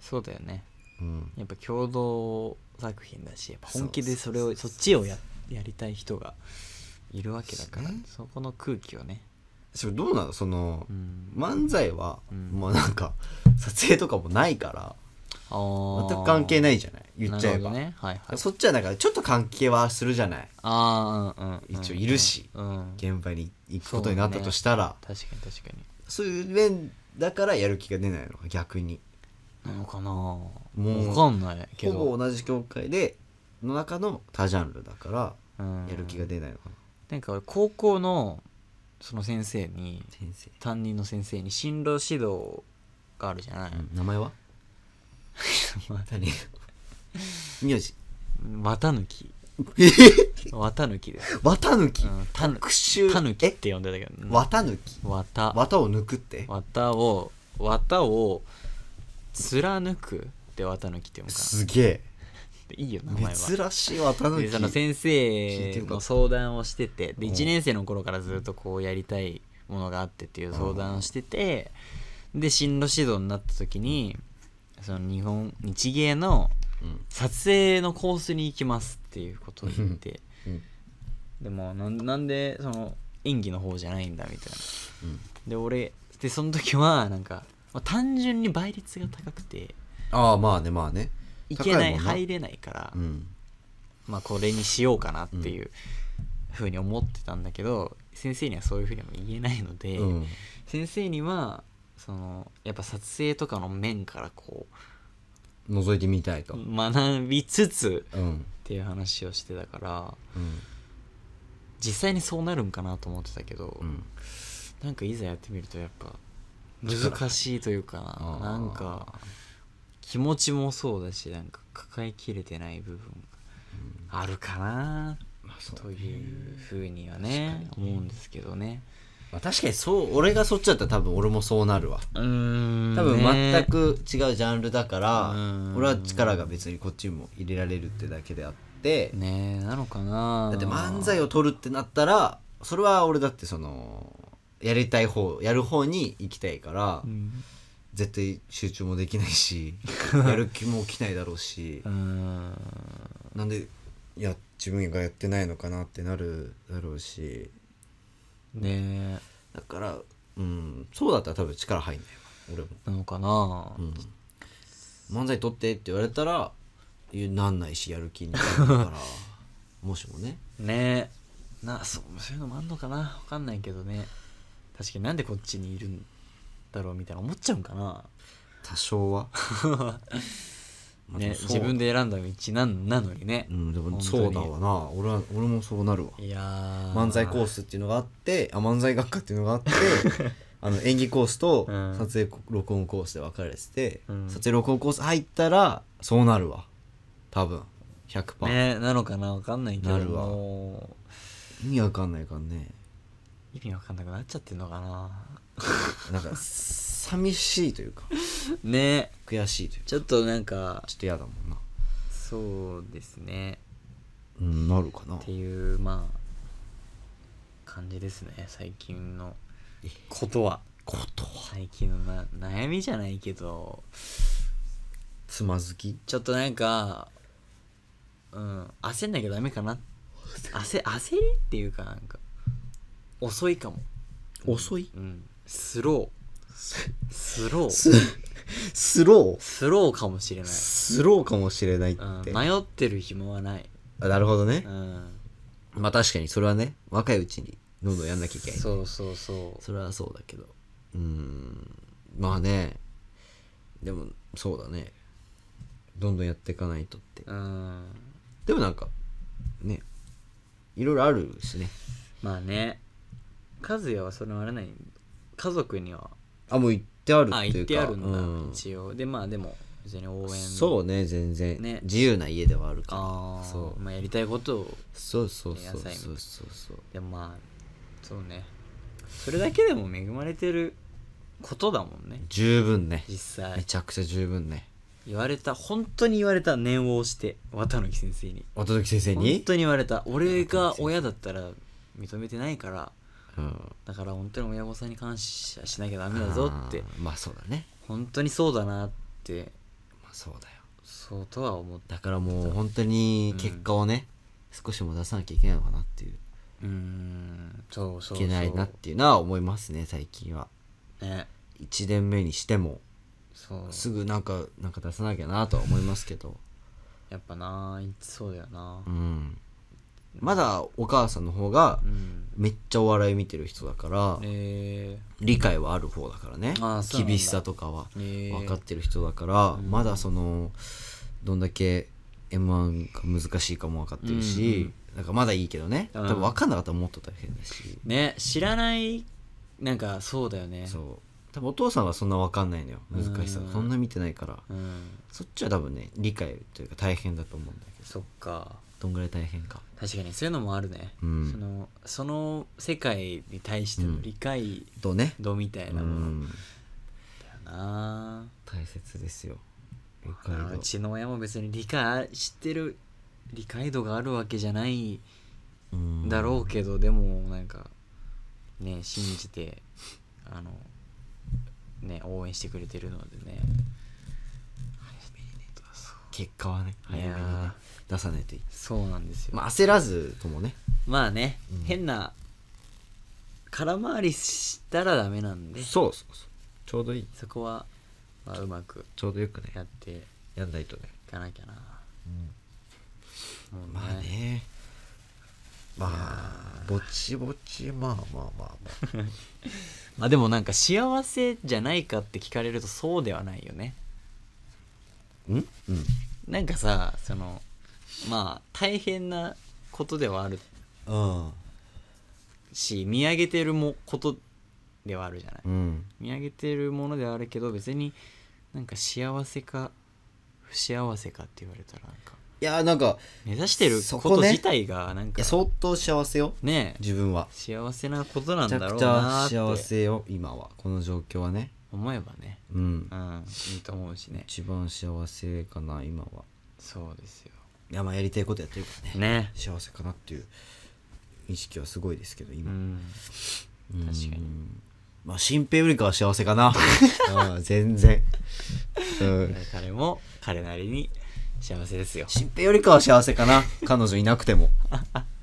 B: そうだよね
A: う、うん、
B: やっぱ共同作品だしやっぱ本気でそれをそっちをややりたい人がいるわけだか
A: そ
B: らそ,、
A: うね
B: この空気をね
A: それどうなのその、
B: うん
A: 漫才は、
B: うん
A: もうなんか撮影とかもないから
B: あ
A: 全く関係
B: い
A: ないじゃない言っちゃえば、
B: ねはいはい
A: そっちはなんかちょっと関係はするじゃない
B: ああうんうんうん
A: 一応いるし
B: うん
A: 現場に行くことになったとしたら
B: 確かに確か
A: そう,、いう面だからやる気が出ないのが逆に
B: になのかな
A: う
B: わかんないけ
A: ほ
B: ど
A: ぼ同じ業界での中の他ジャンルだから
B: うん
A: やる気が出ないのかな、
B: なんか俺高校のその先生に
A: 先
B: 担任の先生に進路指導があるじゃない、 [LAUGHS]
A: 生、うん名前は何 [LAUGHS] 名字 [LAUGHS]
B: 綿抜き
A: え
B: 綿抜き [LAUGHS] です、
A: 綿抜き、
B: うん、たぬ
A: 特集
B: タヌキっ
A: え
B: て呼んでたけど、わ
A: 綿抜き
B: た
A: 綿を抜くって
B: 綿を綿を貫くで綿抜きって読むか
A: すげえ
B: らいいよ名前は
A: 珍しい綿
B: でその
A: 抜き
B: 先
A: 聞いて
B: 生
A: よかっ
B: の
A: た
B: 相談をしててで
A: うん
B: 1年生の頃からずっとこうやりたいものがあってっていう相談をしててで進路指導になった時にその日本日芸の
A: うん
B: 撮影のコースに行きますっていうことを言って
A: うん
B: でもなんなんでその演技の方じゃないんだみたいなで俺でその時はなんか、まあ単純に倍率が高くて
A: ああまあねまあね
B: いけない
A: 高もん
B: 入れないから、
A: うん
B: まあこれにしようかなっていうふうに思ってたんだけど、先生にはそういうふうにも言えないので、
A: うん
B: 先生にはそのやっぱ撮影とかの面からこう
A: 覗いてみたいと。
B: 学びつつ
A: うん。
B: っていう話をしてたから
A: うん。
B: 実際にそうなるんかなと思ってたけど、
A: うん。
B: なんかいざやってみるとやっぱ難しいというか
A: あー
B: ななんか気持ちもそうだしなんか抱えきれてない部分があるかなというふうにはね思うんですけどね
A: まあ、確かにそう、俺がそっちだったら多分俺もそうなるわ。
B: うーん
A: 多分全く違うジャンルだから、
B: うん
A: 俺は力が別にこっちにも入れられるってだけであって、
B: ねえなのかな
A: だって漫才を取るってなったらそれは俺だってそのやりたい方やる方に行きたいから、
B: うん
A: 絶対集中もできない [LAUGHS] しやる気も起きないだろうし
B: うーん
A: なんでいや自分がやってないのかなってなるだろうし
B: ね
A: だからうんそうだったら多分力入んないわ俺も、
B: えなのかな、
A: うん、漫才取ってって言われたらいやなんないしやる気になるから [LAUGHS] もしもね
B: ねえなそうそういうのもあんのかなわかんないけどね確かになんでこっちにいるんだろうみたいな思っちゃうんかな、
A: 多少は [LAUGHS] まあで
B: ね
A: も、そう
B: 自分で選んだ道なんなのにね、
A: うん、でも
B: 本当に
A: そうだわな俺は俺もそうなるわ
B: いやー
A: 漫才コースっていうのがあってあ漫才学科っていうのが
B: [LAUGHS]
A: あってあの演技コースと
B: うん
A: 撮影録音コースで分かれてて、
B: うん
A: 撮影録音コース入ったらそうなるわ多分100%、
B: ねなのかなわかんないけど
A: なるわ
B: も
A: 意味わかんないからね
B: う意味わかんなくなっちゃってんのかな
A: なんか寂しいというか
B: ね
A: 悔しいというか
B: ちょっとなんか
A: ちょっと嫌だもんな
B: そうですね
A: うんなるかな
B: っていうまあ感じですね最近のことは
A: ことは
B: 最近のな悩みじゃないけど
A: つまずき
B: ちょっとなんか、うん、焦んなきゃダメかな。焦、焦りっていうかなんか、遅いかも。
A: 遅い
B: うん。スロー。スロ
A: [LAUGHS]
B: ー。
A: ススロー
B: スローかもしれない。
A: スローかもしれないって、
B: うん、迷ってる暇はない。
A: あなるほどね、
B: うん。
A: まあ確かにそれはね若いうちにどんどんやんなきゃいけない
B: そうそうそ
A: それはそうだけどうーんまあねでもそうだねどんどんやっていかないとって
B: う。うん。
A: でもなんかねいろいろあるしね
B: まあね、和也はそれはあれない。家族には、
A: あもう言ってある
B: あ、
A: ってい
B: 言
A: うか
B: ってあるんだ、
A: うん
B: 一応。で、まあでも、別に応援。
A: そうね全然
B: ね
A: 自由な家ではあるから
B: ああ、
A: そう
B: まあやりたいことを
A: そうそうそう
B: 野菜
A: そうそうそう
B: でもまあそうねそれだけでも恵まれてることだもんね
A: 十分ね
B: 実
A: め
B: 際
A: ちゃくちゃ十分ね
B: 言われた本当に言われた念を押して綿貫先生に
A: おとどき先生
B: 本
A: に
B: 当に言われた俺が親だったら認めてないから
A: うん
B: だから本当に親御さんに感謝しなきゃダメだぞって
A: あーまあそうだね
B: 本当にそうだなって
A: まあそうだよ
B: そうとは思った
A: だからもう本当に結果をね、少しも出さなきゃいけないのかなっていう
B: うーんそうそうそう
A: いけないなっていうのは思いますね最近は
B: ね
A: 1年目にしても
B: そう
A: すぐなんかなんか出さなきゃなとは思いますけど
B: やっぱなそうだよな
A: うんまだお母さんの方が
B: うん
A: めっちゃお笑い見てる人だから、
B: え
A: 理解はある方だからね
B: あーそうなんだ
A: 厳しさとかは
B: へー
A: 分かってる人だから、まだそのどんだけ m 1が難しいかも分かってるし、なんかまだいいけどね、
B: うん
A: 多分分かんなかったらもっと大変だし、
B: ー、ね知らないなんかそうだよね
A: そう多分お父さんはそんな分かんないのよ難しさ
B: うん
A: そんな見てないから
B: うん
A: そっちは多分ね理解というか大変だと思うんだけど
B: そっか
A: どんぐらい大変か
B: 確かにそういうのもあるね、
A: うん
B: そのその世界に対しての理解
A: とね
B: 度みたいうなもの
A: ん
B: だな、
A: 大切ですよ理
B: う
A: 解
B: うちの親も別に理解知ってる理解度があるわけじゃない
A: 度
B: だろうけど、でもなんかね信じてあのね応援してくれてるのでね
A: うん結果はね早めにね
B: いや
A: 出さないといい
B: そうなんですよ
A: まあ焦らずともね
B: まあね、
A: うん
B: 変な空回りしたらダメなんでそ
A: そうそうそうちょうどいい
B: こは、まあ、うまく
A: ちょうどよくね
B: やってい
A: やんないとね
B: かなきゃな、もうね,、
A: まあねまあぼちぼちまあまあまあまあ
B: まあでもなんか幸せじゃないかって聞かれるとそうではないよね
A: んうん
B: なんかさそのまあ大変なことではある
A: うん
B: し見上げてるもことではあるじゃない、
A: うん
B: 見上げてるものではあるけど別になんか幸せか不幸せかって言われたらなんか
A: いやなんか
B: 目指してる
A: そ
B: こ
A: ことね
B: 自体がなん
A: い
B: か
A: や相当幸せよ
B: ねえ
A: 自分は
B: 幸せなことなん
A: めち
B: だ
A: ゃ
B: ろ
A: く
B: う
A: ち
B: な
A: ゃ
B: ー
A: 幸
B: って
A: せよ今はこの状況はね
B: 思えばね
A: うん
B: うんいいと思うしね
A: 一番幸せかな今は
B: そうですよ
A: いやまあやりたいことやってるからね
B: ね
A: 幸せかなっていう意識はすごいですけど
B: う
A: 今、
B: ん
A: うん
B: 確かに
A: まあ新平よりかは幸せ
B: [LAUGHS]
A: かなうん全然、うん、
B: 彼も彼なりに幸せですよ
A: 新平よりかは幸せかな彼女いなくても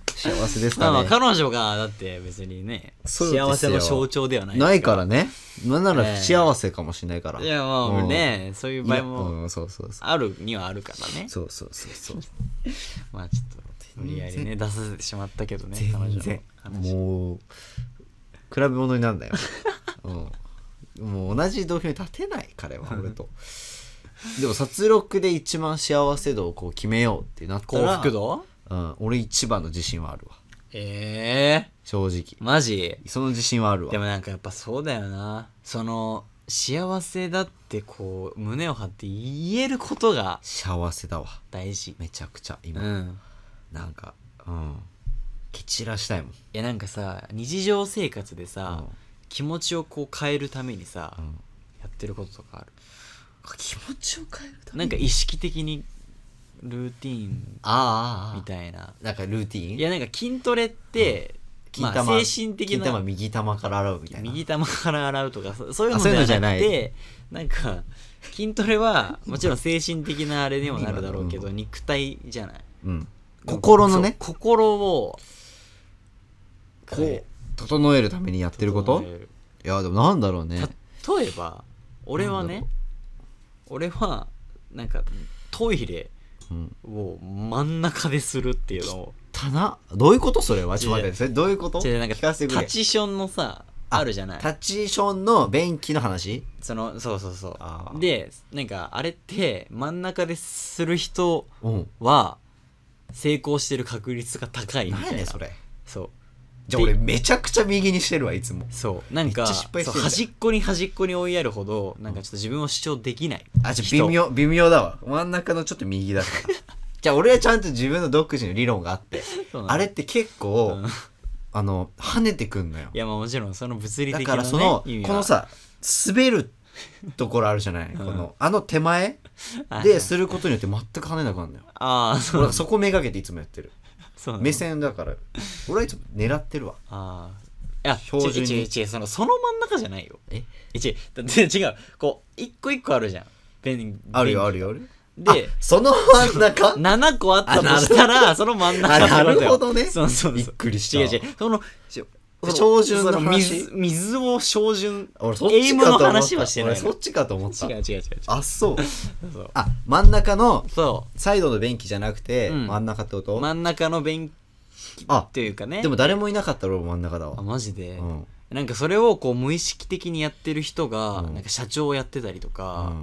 A: 幸せです
B: まあま
A: か
B: あ
A: ね、
B: 彼女がだって別にね
A: そうですよ
B: 幸せの象徴ではないです
A: ないからねなんな
B: え
A: ら
B: え
A: 幸せかもしれないから、
B: いやまあねそういううん場
A: い
B: 合
A: や
B: も
A: うんそうそうそう
B: あるにはあるからね
A: そうそうそう
B: [LAUGHS]
A: そう
B: まあちょっと無理やりね出させてしまったけどね彼女
A: 全
B: の
A: 然
B: 話
A: もう比べ物になんだよ、うん、もう同じ土俵に立てない彼
B: [LAUGHS]
A: は俺とでも殺戮で一番幸せ度をこう決めようってなった
B: 幸
A: ら
B: 福、度
A: うん、俺一番の自信はあるわ
B: ええ
A: 正直
B: マジ
A: その自信はあるわ
B: でもなんかやっぱそうだよなその幸せだってこう胸を張って言えることが
A: 幸せだわ
B: 大事
A: めちゃくちゃ
B: う
A: 今、
B: ん
A: なんかうん蹴散らしたいもん
B: いやなんかさ日常生活でさ、
A: うん
B: 気持ちをこう変えるためにさ、
A: ん
B: やってることとかある
A: 気持ちを変えるた
B: なんか意識的にルーティン
A: ああ
B: み
A: い
B: たいな
A: なんかルーティーン
B: いやなんか筋トレって、
A: 金
B: ま
A: 玉、
B: あ、精神的
A: 金玉
B: な
A: 右玉から洗うみたいな
B: 右玉から洗うとかそそういう
A: あ
B: の
A: そういうの
B: じゃなく
A: じ
B: てなんか筋トレはもちろん精神的なあれにもなるだろうけど
A: う
B: 肉体じゃない
A: うん、心のね
B: そう心を
A: こう整えるためにやってること
B: 整える
A: いやでもなんだろうね
B: 例えば俺は
A: なん
B: ね
A: だ
B: 俺はなんかトイレ
A: うん
B: を真ん中でするっていうのを
A: 棚どういうことそれはちょっと待っ
B: 違う
A: てそれどういうこと
B: 違うなんか
A: 聞かせてく
B: タ
A: れ
B: チションのさあるじゃない
A: タチションの便器の話
B: そのそうそうそ
A: あー
B: うでなんかあれって真ん中でする人
A: うん
B: は成功してる確率が高いみたいな
A: 何ねそれ
B: そう
A: じゃあ俺めちゃくちゃ右にしてるわいつも
B: そうなんか
A: めっちゃ失敗してる
B: そう端っこに端っこに追いやるほどなんかちょっと自分を主張できない
A: あじゃあ
B: 人
A: 微妙微妙だわ真ん中のちょっと右だから
B: [LAUGHS]
A: じゃあ俺はちゃんと自分の独自の理論があって
B: そうなの
A: あれって結構、
B: うん
A: あの跳ねてくんのよ
B: いやまあもちろんその物理
A: だ
B: 的
A: か
B: な、ね、
A: らその、
B: 意味は
A: このさ滑るところあるじゃない、
B: ん
A: このあの手前
B: はいはい
A: ですることによって全く跳ねなくなるのよ
B: ああそう
A: 俺はそこめがけていつもやってる
B: そうなの
A: 目線だから俺はいつも狙ってるわ
B: ああいや
A: 標準に
B: 違う違う違うそのその真ん中じゃないよ
A: え
B: 違うだって違うこう一個一個あるじゃん便
A: あるよ
B: 便
A: あるよあるよ
B: で
A: あその真ん
B: [LAUGHS]
A: 中
B: 7個あったとしたら、その真ん中ってこと
A: あ
B: よ
A: なるほどね
B: そうそうそう。
A: びっくりした
B: 違う違う。その、し
A: 照準の
B: そ
A: 話
B: 水水を照準。
A: 俺そっちかと思
B: エイムの
A: った
B: 話はしてない
A: 俺そっちかと思った
B: 違う違う違う違う。
A: あそう
B: そう
A: あ真ん中の
B: そ
A: サイドの便器じゃなくて、
B: うん
A: 真ん中ってこ
B: う。
A: と、
B: 真ん中の弁
A: あ
B: というかね。
A: でも、誰もいなかったら俺真ん中だ
B: あ、
A: わ
B: マジで
A: う。ん
B: なんかそれをこう無意識的にやってる人が、
A: うん
B: なんか社長をやってたりとか、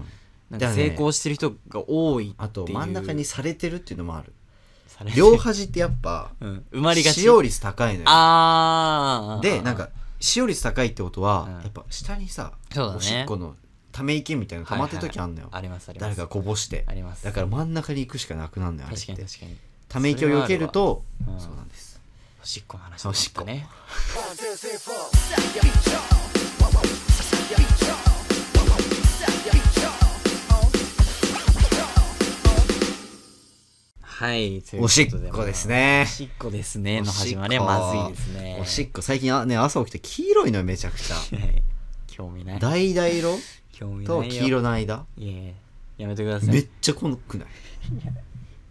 B: なん
A: だ
B: か
A: ね
B: 成功してる人が多いっていう。
A: あと真ん中にされてるっていうのもあ
B: [LAUGHS]
A: る
B: されてる
A: 両端ってやっぱ
B: [LAUGHS] うん。埋まりがち。
A: 使用率高いのよ
B: あー。
A: でなんか使用率高いってことは、
B: うん
A: やっぱ下にさ、
B: そうだね
A: おしっこのため息みたいなの溜
B: はい
A: ま
B: はい、
A: ってる時あんのよ、
B: ありますありま
A: 誰
B: す。
A: かこぼして
B: あります
A: だから真ん中に行くしかなくなんのよあれっ
B: 確か
A: て
B: に確かに。
A: ため息を避けると
B: それはある
A: そ,、
B: わ
A: うなんです
B: おしっこの話だったね。はい、とい
A: お
B: うと
A: し
B: で
A: っこです。ね
B: おしっこですね。
A: お
B: の
A: しっこ
B: 始まりはまずいですね。
A: おしっこ最近あ、ね、朝起きて黄色いのよめちゃ
B: [LAUGHS]
A: くちゃ
B: はい [LAUGHS] 興味ない。
A: 橙色
B: 興味ない
A: と
B: よ。
A: 黄色の間
B: いえいえやめてください。
A: めっちゃ濃くない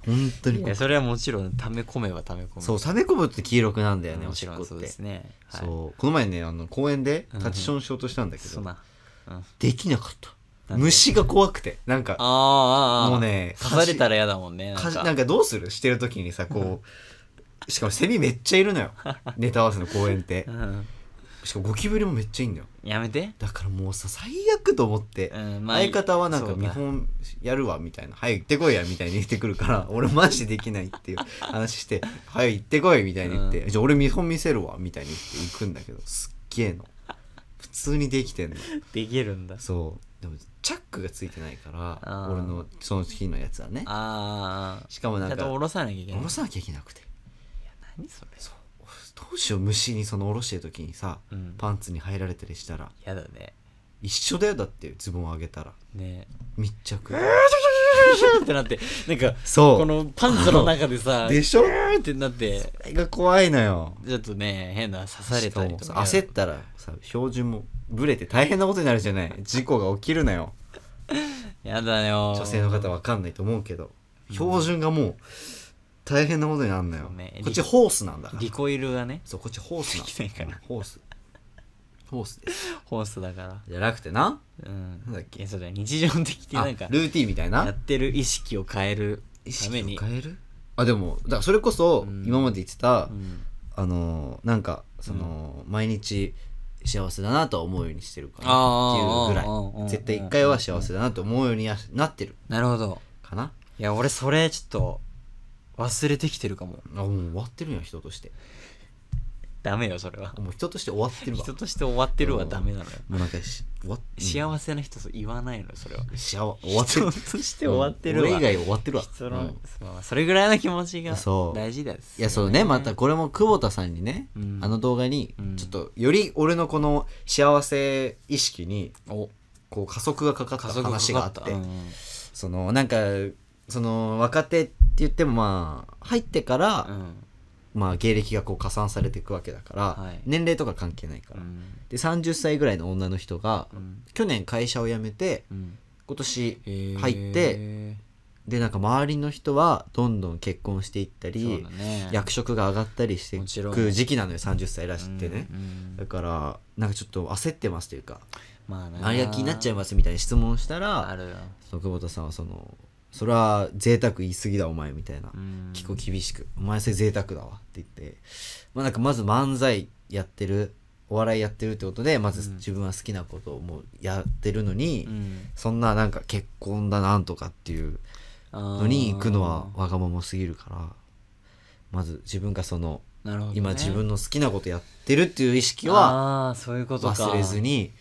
A: 本当に
B: い
A: 濃
B: や
A: い
B: それはもちろん、溜め込めば溜め込む。
A: そう、サメコブって黄色くなんだよね、お
B: も
A: し
B: ち
A: っ
B: ろ
A: こ
B: ん
A: って。
B: そうですね。はい
A: そうこの前ねあの公園で
B: うん
A: タッチションしようとしたんだけど、
B: そうな。うんあー
A: できなかった
B: なんで
A: 虫が怖くてなんか
B: あー、あー
A: もうね
B: 刺されたら嫌だもんね。なん
A: か
B: か
A: なんかどうするしてる時に
B: [LAUGHS]
A: さこうしかもセミめっちゃいるのよネタ合わせの公園って
B: うん
A: しかもゴキブリもめっちゃいいんだよ
B: やめて
A: だからもうさ最悪と思って、
B: うんまあ
A: 相方はなん
B: そ
A: か
B: うだ
A: 見本やるわみたいな「早く行ってこいや」みたいに言ってくるから俺マジできないっていう [LAUGHS] 話して「早く行ってこい」みたいに言って「じゃあ俺見本見せるわ」みたいに言って行くんだけどすっげえの普通にできてんの
B: できるんだ
A: そうでもチャックがついてないから
B: あー
A: 俺のその日のやつはね
B: ああ
A: しかもなん
B: ちゃ
A: か
B: んと下
A: 下
B: ろさなきゃいけない
A: ろさなきゃいけなくて
B: 何それそう
A: どうしよう虫にその下ろしてる時にさ、
B: うん
A: パンツに入られたりしたら
B: やだね
A: 一緒だよだってズボンを上げたら
B: ね
A: 密着
B: えってなってなんか
A: そう
B: このパンツの中でさ
A: でしょ
B: ってなって
A: それが怖いのよ
B: ちょっとね変な刺され
A: したか
B: り
A: も
B: と
A: さ
B: か
A: 焦ったらさ標準もブレて大変なことになるじゃない事故が起きるなよ
B: やだよ
A: 女性の方わかんないと思うけど標準がもう大変なことになるのよ、
B: そうね
A: こっちホースなんだから
B: リコイルがね
A: そうこっちホースなんだ
B: できないから
A: ホースホースです
B: ホースだから
A: じゃなくてな
B: うん
A: なんだっけ
B: いやそうだよ日常的に
A: あ
B: なんか
A: ルーティンみたい
B: や
A: な
B: ってる意識を変える
A: 意
B: ため
A: 識
B: に
A: を変えるあでもだからそれこそ
B: うん
A: 今まで言ってた、
B: うん
A: あのーなんかその、毎日幸せだなと思うようにしてるかな
B: あ
A: っていう
B: ー
A: ぐ
B: うんうんう
A: ら
B: ん
A: い絶対一回は幸せだなと思うようにやなってる
B: なるほど
A: かない
B: や俺それちょっと忘れてきてるかも
A: あもう終わってるよ人として
B: ダメよそれは
A: もう人として終わってるわ
B: 人として終わってるはダメなのよ
A: もうなんかし終わっ
B: 幸せな人そう言わないのよそれは
A: 幸終わって
B: 人
A: る
B: として終わってる
A: うん
B: わ
A: 俺以外終わってるわ
B: 人
A: う
B: の
A: ん
B: そうそれぐらいの気持ちが
A: そう
B: 大事です
A: いやそうねまたこれも久保田さんにね、
B: うん
A: あの動画に
B: うん
A: ちょっとより俺のこの幸せ意識に
B: お
A: こう加速がかかった
B: 家族
A: 話があって、
B: うん
A: そのなんかその若手って言ってもまあ入ってから、
B: うん
A: まあ芸歴がこう加算されていくわけだから、
B: はい
A: 年齢とか関係ないか
B: う
A: ら、
B: ん
A: で30歳ぐらいの女の人が、
B: うん
A: 去年会社を辞めて
B: うん
A: 今年
B: へー
A: 入ってでなんか周りの人はどんどん結婚していった
B: そう
A: り、
B: だね
A: 役職が上がったりしてい
B: もちろ
A: く
B: ん
A: 時期なのよ30歳らしってね、
B: うんう
A: だ
B: ん
A: からなんかちょっと焦ってますというか
B: まあな
A: あれが気になっちゃいますみたいな質問したら
B: あるよ
A: その久保田さんはそのそれは贅沢言い過ぎだお前みたいな、
B: うん
A: 結構厳しく「お前それ贅沢だわ」って言って、まあ、なんかまず漫才やってるお笑いやってるってことでまず
B: うん
A: 自分は好きなことをもうやってるのに、
B: うん
A: そんななんか結婚だなんとかっていうの
B: の
A: に行くのはわがまますぎるからまず自分がその
B: なるほどね
A: 今自分の好きなことやってるっていう意識は
B: ああーそういうことか
A: 忘れずに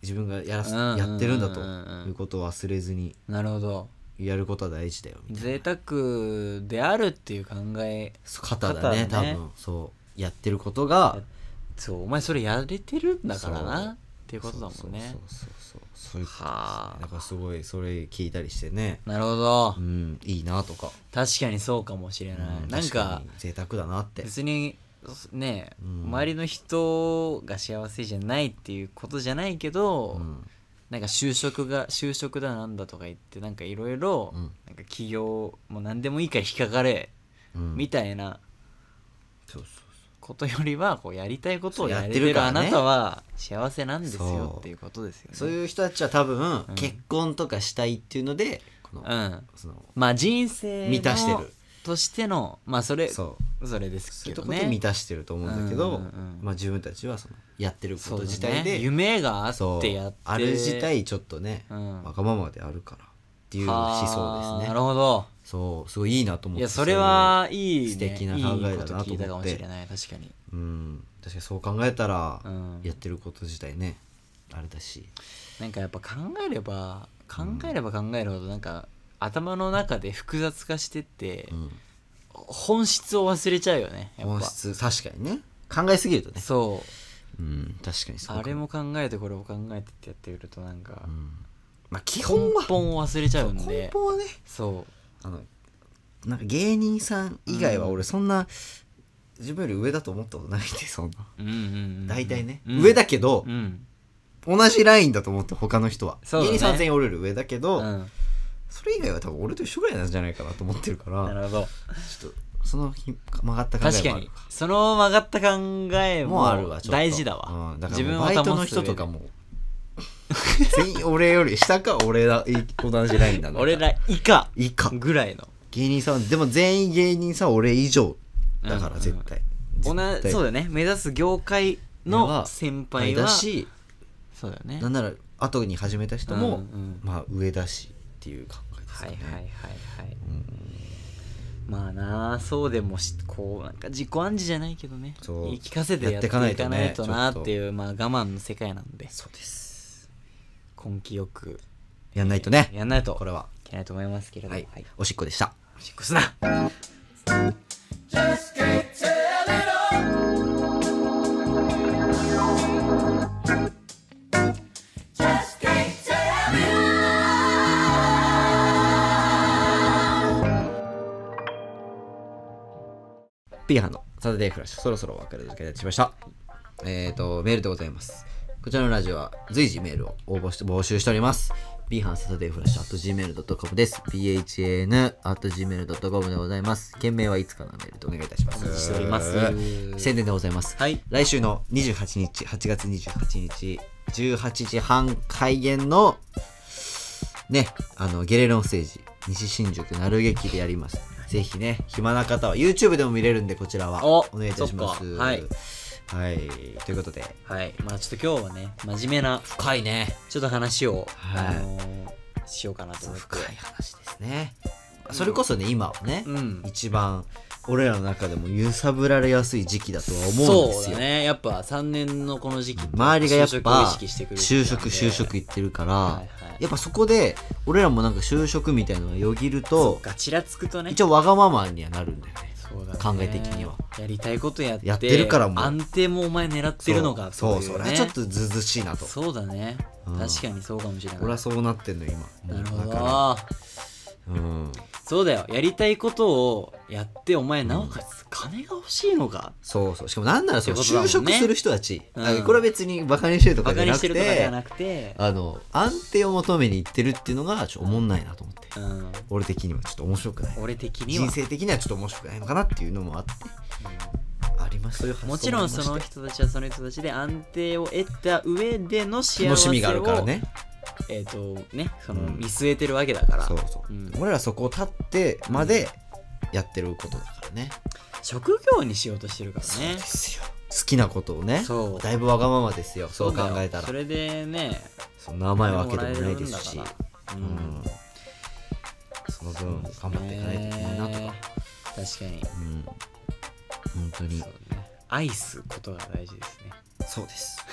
A: 自分がやらす
B: うんうんうんうん
A: やってるんだということを忘れずに
B: なるほど
A: やることは大事だよみたいな
B: 贅沢であるっていう考え
A: そう肩だね
B: 肩だね
A: 多分そうやってることが
B: そうお前それやれてるんだからなっていうことだもんね
A: そうそうそうそうそういうことですね
B: はあ
A: だからすごいそれ聞いたりしてね
B: なるほど
A: うんいいなとか、
B: 確かにそうかもしれない、
A: うん
B: なん
A: 確か
B: か
A: に贅沢だなって
B: 別にね、
A: うん
B: 周りの人が幸せじゃないっていうことじゃないけ
A: う
B: ど、
A: ん
B: なんか就職が就職だなんだとか言ってなんかいろいろ
A: うん
B: なんか企業もう何でもいいから引っかかれ
A: うん
B: みたいな
A: そうそう
B: ことよりはこうやりたいこと
A: そ
B: を
A: う
B: やれ
A: やって
B: て
A: るか
B: る
A: ら
B: あ
A: ね
B: なたは幸せなんですよ
A: そう
B: っていうことですよね。
A: そういう人たちは多分、
B: うん
A: 結婚とかしたいっていうのでこの、
B: うん、
A: その
B: まあ人生の
A: 満たしてる
B: としてのまあそれそ
A: そう
B: れです
A: そうい
B: け
A: うと
B: ど
A: こ
B: ね。
A: で満たしてると思うんだけど、
B: うんうんうん
A: まあ、自分たちはそのやってるこ
B: そ
A: と
B: う
A: 自
B: だ
A: 体
B: ね
A: で
B: 夢があ
A: そう
B: ってやって
A: ある自体ちょっとね、
B: うん
A: わがままであるからっていう思想
B: はあ
A: ですね
B: なるほど。
A: そうすごいいいなと思って
B: いやそれはいい、ね、
A: 素敵な考えだなと思って
B: いいこと聞いたかもしれない確かに。
A: それうん確かにそう考えたら、
B: うん
A: やってること自体ねあれだし
B: なんかやっぱ考えれば考えれば考えるほどなんか、頭の中で複雑化してって、
A: うん
B: 本質を忘れちゃうよねやっぱ
A: 本質確かにね考えすぎるとね
B: そう
A: うん確かにそうか
B: あれも考えてこれも考えてってやってるとなんか、
A: うんまあ基
B: 根
A: 本は
B: 本を忘れちゃうんで
A: 根本はね
B: そ
A: あのなんか芸人さん以外は
B: うん
A: 俺そんな、自分より上だと思ったことないんでそんな
B: う、うんうんうん、
A: 大体ね、
B: うん
A: 上だけど
B: う、ん
A: 同じラインだと思って他の人は、
B: そうだ
A: 芸
B: ね
A: 人さん全員俺より上だけ
B: う
A: ど、
B: ん
A: それ以外は多分俺と一緒ぐらいなんじゃないかなと思ってるから
B: なるほど
A: ちょっとそのひ曲がった考
B: 確
A: えも
B: か
A: ある
B: にその曲がった考え
A: もうあるわ
B: も
A: ちょっと
B: 大事だわ、
A: うん、だから
B: 自
A: も
B: 分
A: う
B: を
A: バイ
B: 保つ
A: トの人
B: 上で
A: とかも全員俺より下か俺らい同じラインなんだ
B: 俺ら以下
A: 以下
B: ぐらいの
A: 芸人さんでも全員芸人さん俺以上だから絶対,絶対、
B: 同じそうだよね目指す業界の先輩は
A: だし
B: そうだよね
A: なんなら後に始めた人も、
B: うんうん
A: まあ上だしっていう考えですか
B: はいは
A: ね
B: いはいはい、まあなあそうでもしこうなんか自己暗示じゃないけどね
A: そう
B: 言い聞かせてや
A: やっ
B: っ
A: てて
B: い
A: い
B: か
A: か
B: な
A: ないいと
B: と
A: ねち
B: な
A: ょっと
B: っていうまあ我慢の世界なんで
A: そうです
B: 根気よく
A: やんないとね
B: やんないと
A: これはい
B: けないと思いますけれども
A: はい、おしっこでした
B: おしっこすな
A: ピーハンのサタデーフラッシュ、そろそろお別れの時間になってしまいました。えっ、ー、と、メールでございます。こちらのラジオは随時メールを応募して募集しております。ピーハンサタデーフラッシュ、gmail.com です。phan、gmail.com でございます。件名はいつかのメールでお願いいたします。
B: お待ちしております
A: 宣伝でございます。
B: はい
A: 来週の28日、8月28日、18時半開演の、ね、あの、ゲレロンステージ、西新宿なる劇でやります。ぜひね、暇な方は YouTube でも見れるんで、こちらは。
B: お
A: お願いいたします。
B: そっかはい
A: はい。ということで、
B: はいまあちょっと今日はね真面目な
A: 深いね。
B: ちょっと話を、
A: はい
B: あのーしようかなと思って
A: 深い話ですね。それこそね、今はね、
B: うん
A: 一番、俺らの中でも揺さぶられやすい時期だとは思うんです
B: そ
A: よ
B: うだ。ねやっぱ3年のこの時期って
A: 周りがやっ
B: 就職を
A: ぱ
B: 意識してくる
A: 就職就職
B: や
A: 言ってるから、
B: いはい
A: やっぱそこで俺らもなんか就職みたいなのがよぎると
B: ガチらつくとね
A: 一応わがままにはなるんだよね
B: そうだね
A: 考え的には
B: やりたいことやって
A: やってるからもう
B: 安定もお前狙ってるのか
A: そう
B: ってい
A: そう
B: ね
A: それはちょっとずうずうしいなと
B: そうだね、
A: うん
B: 確かにそうかもしれない
A: 俺はそうなってんの今
B: なるほ
A: だか
B: ど
A: らうん
B: そうだよやりたいことをやってお前なおかつ金が欲しいのか、
A: そうそうしかもなんならその
B: ってことだもん
A: 就
B: ね
A: 職する人たち、
B: うん
A: だからこれは別にバカにしてると
B: 馬
A: かじゃ
B: 鹿に
A: な
B: し
A: くて
B: てるとかではなくて
A: あの安定を求めに行ってるっていうのがちょっとおもんないなと思って、
B: うん
A: 俺的にはちょっと面白くない
B: 俺的には
A: 人生的にはちょっと面白くないのかなっていうのもあって、ありますそういう発想
B: もちろんそ
A: あ
B: の
A: りまして
B: 人たちはその人たちで安定を得た上での幸せを
A: 楽しみがあるからね
B: えっ、とねその
A: うん
B: 見据えてるわけだから、
A: そうそう、
B: うん
A: 俺らそこを立ってまでやってることだからね、
B: 職業にしようとしてるからね
A: ですよ好きなことをね
B: そう
A: だいぶわがままですよそう考
B: だよ
A: えたら
B: それでね
A: そんな甘いわけでもないですし
B: もらえるんだからう
A: うんんその分頑張っていかないといけないなとか、
B: ね確かに
A: うん本当に
B: そうね愛すことが大事ですね
A: そうです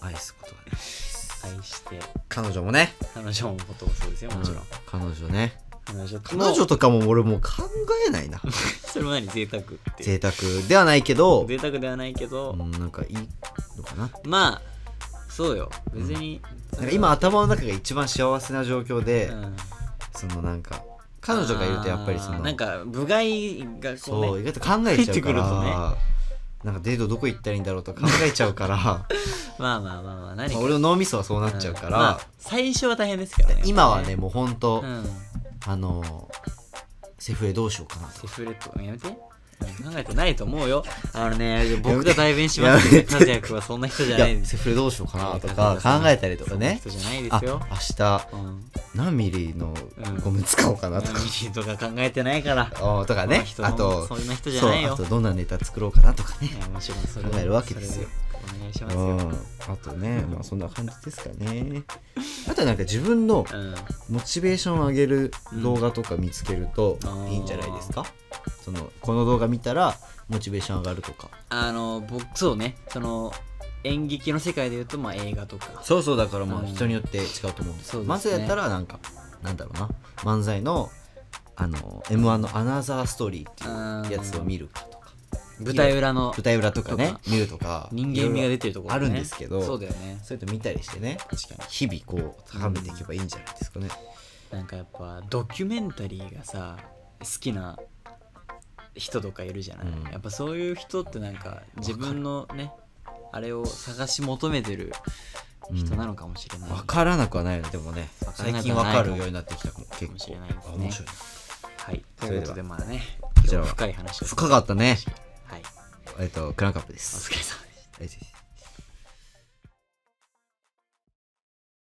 A: 愛すことがね
B: 愛して
A: 彼女もね
B: 彼女のこともそうですよもちろん、
A: うん彼女ね
B: 彼女と
A: 彼
B: も
A: 女とかも俺もう考えない
B: [LAUGHS]
A: な
B: それまでに贅沢って
A: 贅沢ではないけど、
B: 贅沢ではないけど、
A: うん、なんかいいのかな
B: まあそうよ別に、
A: なんか今頭の中が一番幸せな状況で、
B: うん
A: そのなんか彼女がいるとやっぱりその
B: あーなんか部外がこうね
A: そう意外と考えちゃ
B: 入っ
A: う
B: て
A: か
B: くるとね
A: ら、なんかデートどこ行ったらいいんだろうとか考えちゃう
B: [LAUGHS]
A: からま
B: まあまあまあまあ何
A: あ
B: か
A: 俺の脳みそはそうなっちゃうから、
B: まあ最初は大変ですからね
A: 今はねもうほんと、
B: うん
A: あのーセフレどうしようかなと
B: セフレットやめてうん考えてないと思うよあのね僕が代弁しますけ
A: や
B: ど和
A: めて
B: 也君はそんな人じゃ
A: い
B: ない
A: や
B: です
A: セフレどうしようかなとか考えたりとかね
B: そんな人じゃないで
A: あ
B: す
A: 明
B: よ
A: 日
B: うん
A: 何ミリのゴム使おうかなとか、
B: ミリとか考えてないから
A: おーとか
B: まあ
A: ね
B: 人の
A: あと
B: そんな人じゃないよ
A: そうあとどんなネタ作ろうかなとかね
B: いやもちろんそれ
A: 考えるわけですよ
B: それでお願いしますよ
A: うん、あとね、まあ、そんな感じですかね。あとなんか自分の
B: うん
A: モチベーションを上げる動画とか見つけると
B: うん
A: いいんじゃないですか、そのこの動画見たらモチベーション上がるとか
B: あの僕そうねその演劇の世界でいうとまあ映画とか
A: そうそうだからま
B: う
A: あ
B: ん
A: 人によって違うと思うんです
B: そうですね
A: まずやったらなんかなんだろうな漫才のあの m 1の「アナザーストーリー」っていうやつを見るかとか
B: 舞台裏の
A: 舞台裏とかね
B: とか
A: 見るとか
B: 人間味が出てるところ、
A: いろいろあるんですけど
B: そうだよね
A: そういうの見たりしてね
B: 確かに
A: 日々こう高めていけばいいんじゃないですかね、
B: なんかやっぱドキュメンタリーがさ好きな人とかいるじゃない、
A: うん
B: やっぱそういう人ってなんか自分のねあれを探し求めてる人なのかもしれない、
A: わからなくはないよねでもね
B: から
A: 最
B: なく
A: 近
B: は
A: わ
B: ない
A: かるようになってきたかも結
B: かもし
A: 構
B: れないですね
A: あ面白い
B: はいと
A: それで
B: いう
A: は
B: ことでまあね
A: こちら
B: 今
A: は
B: 日深い話を
A: 深かったね
B: はい
A: えっとクランクアップで
B: お
A: す
B: 疲れ様です
A: はいぜひ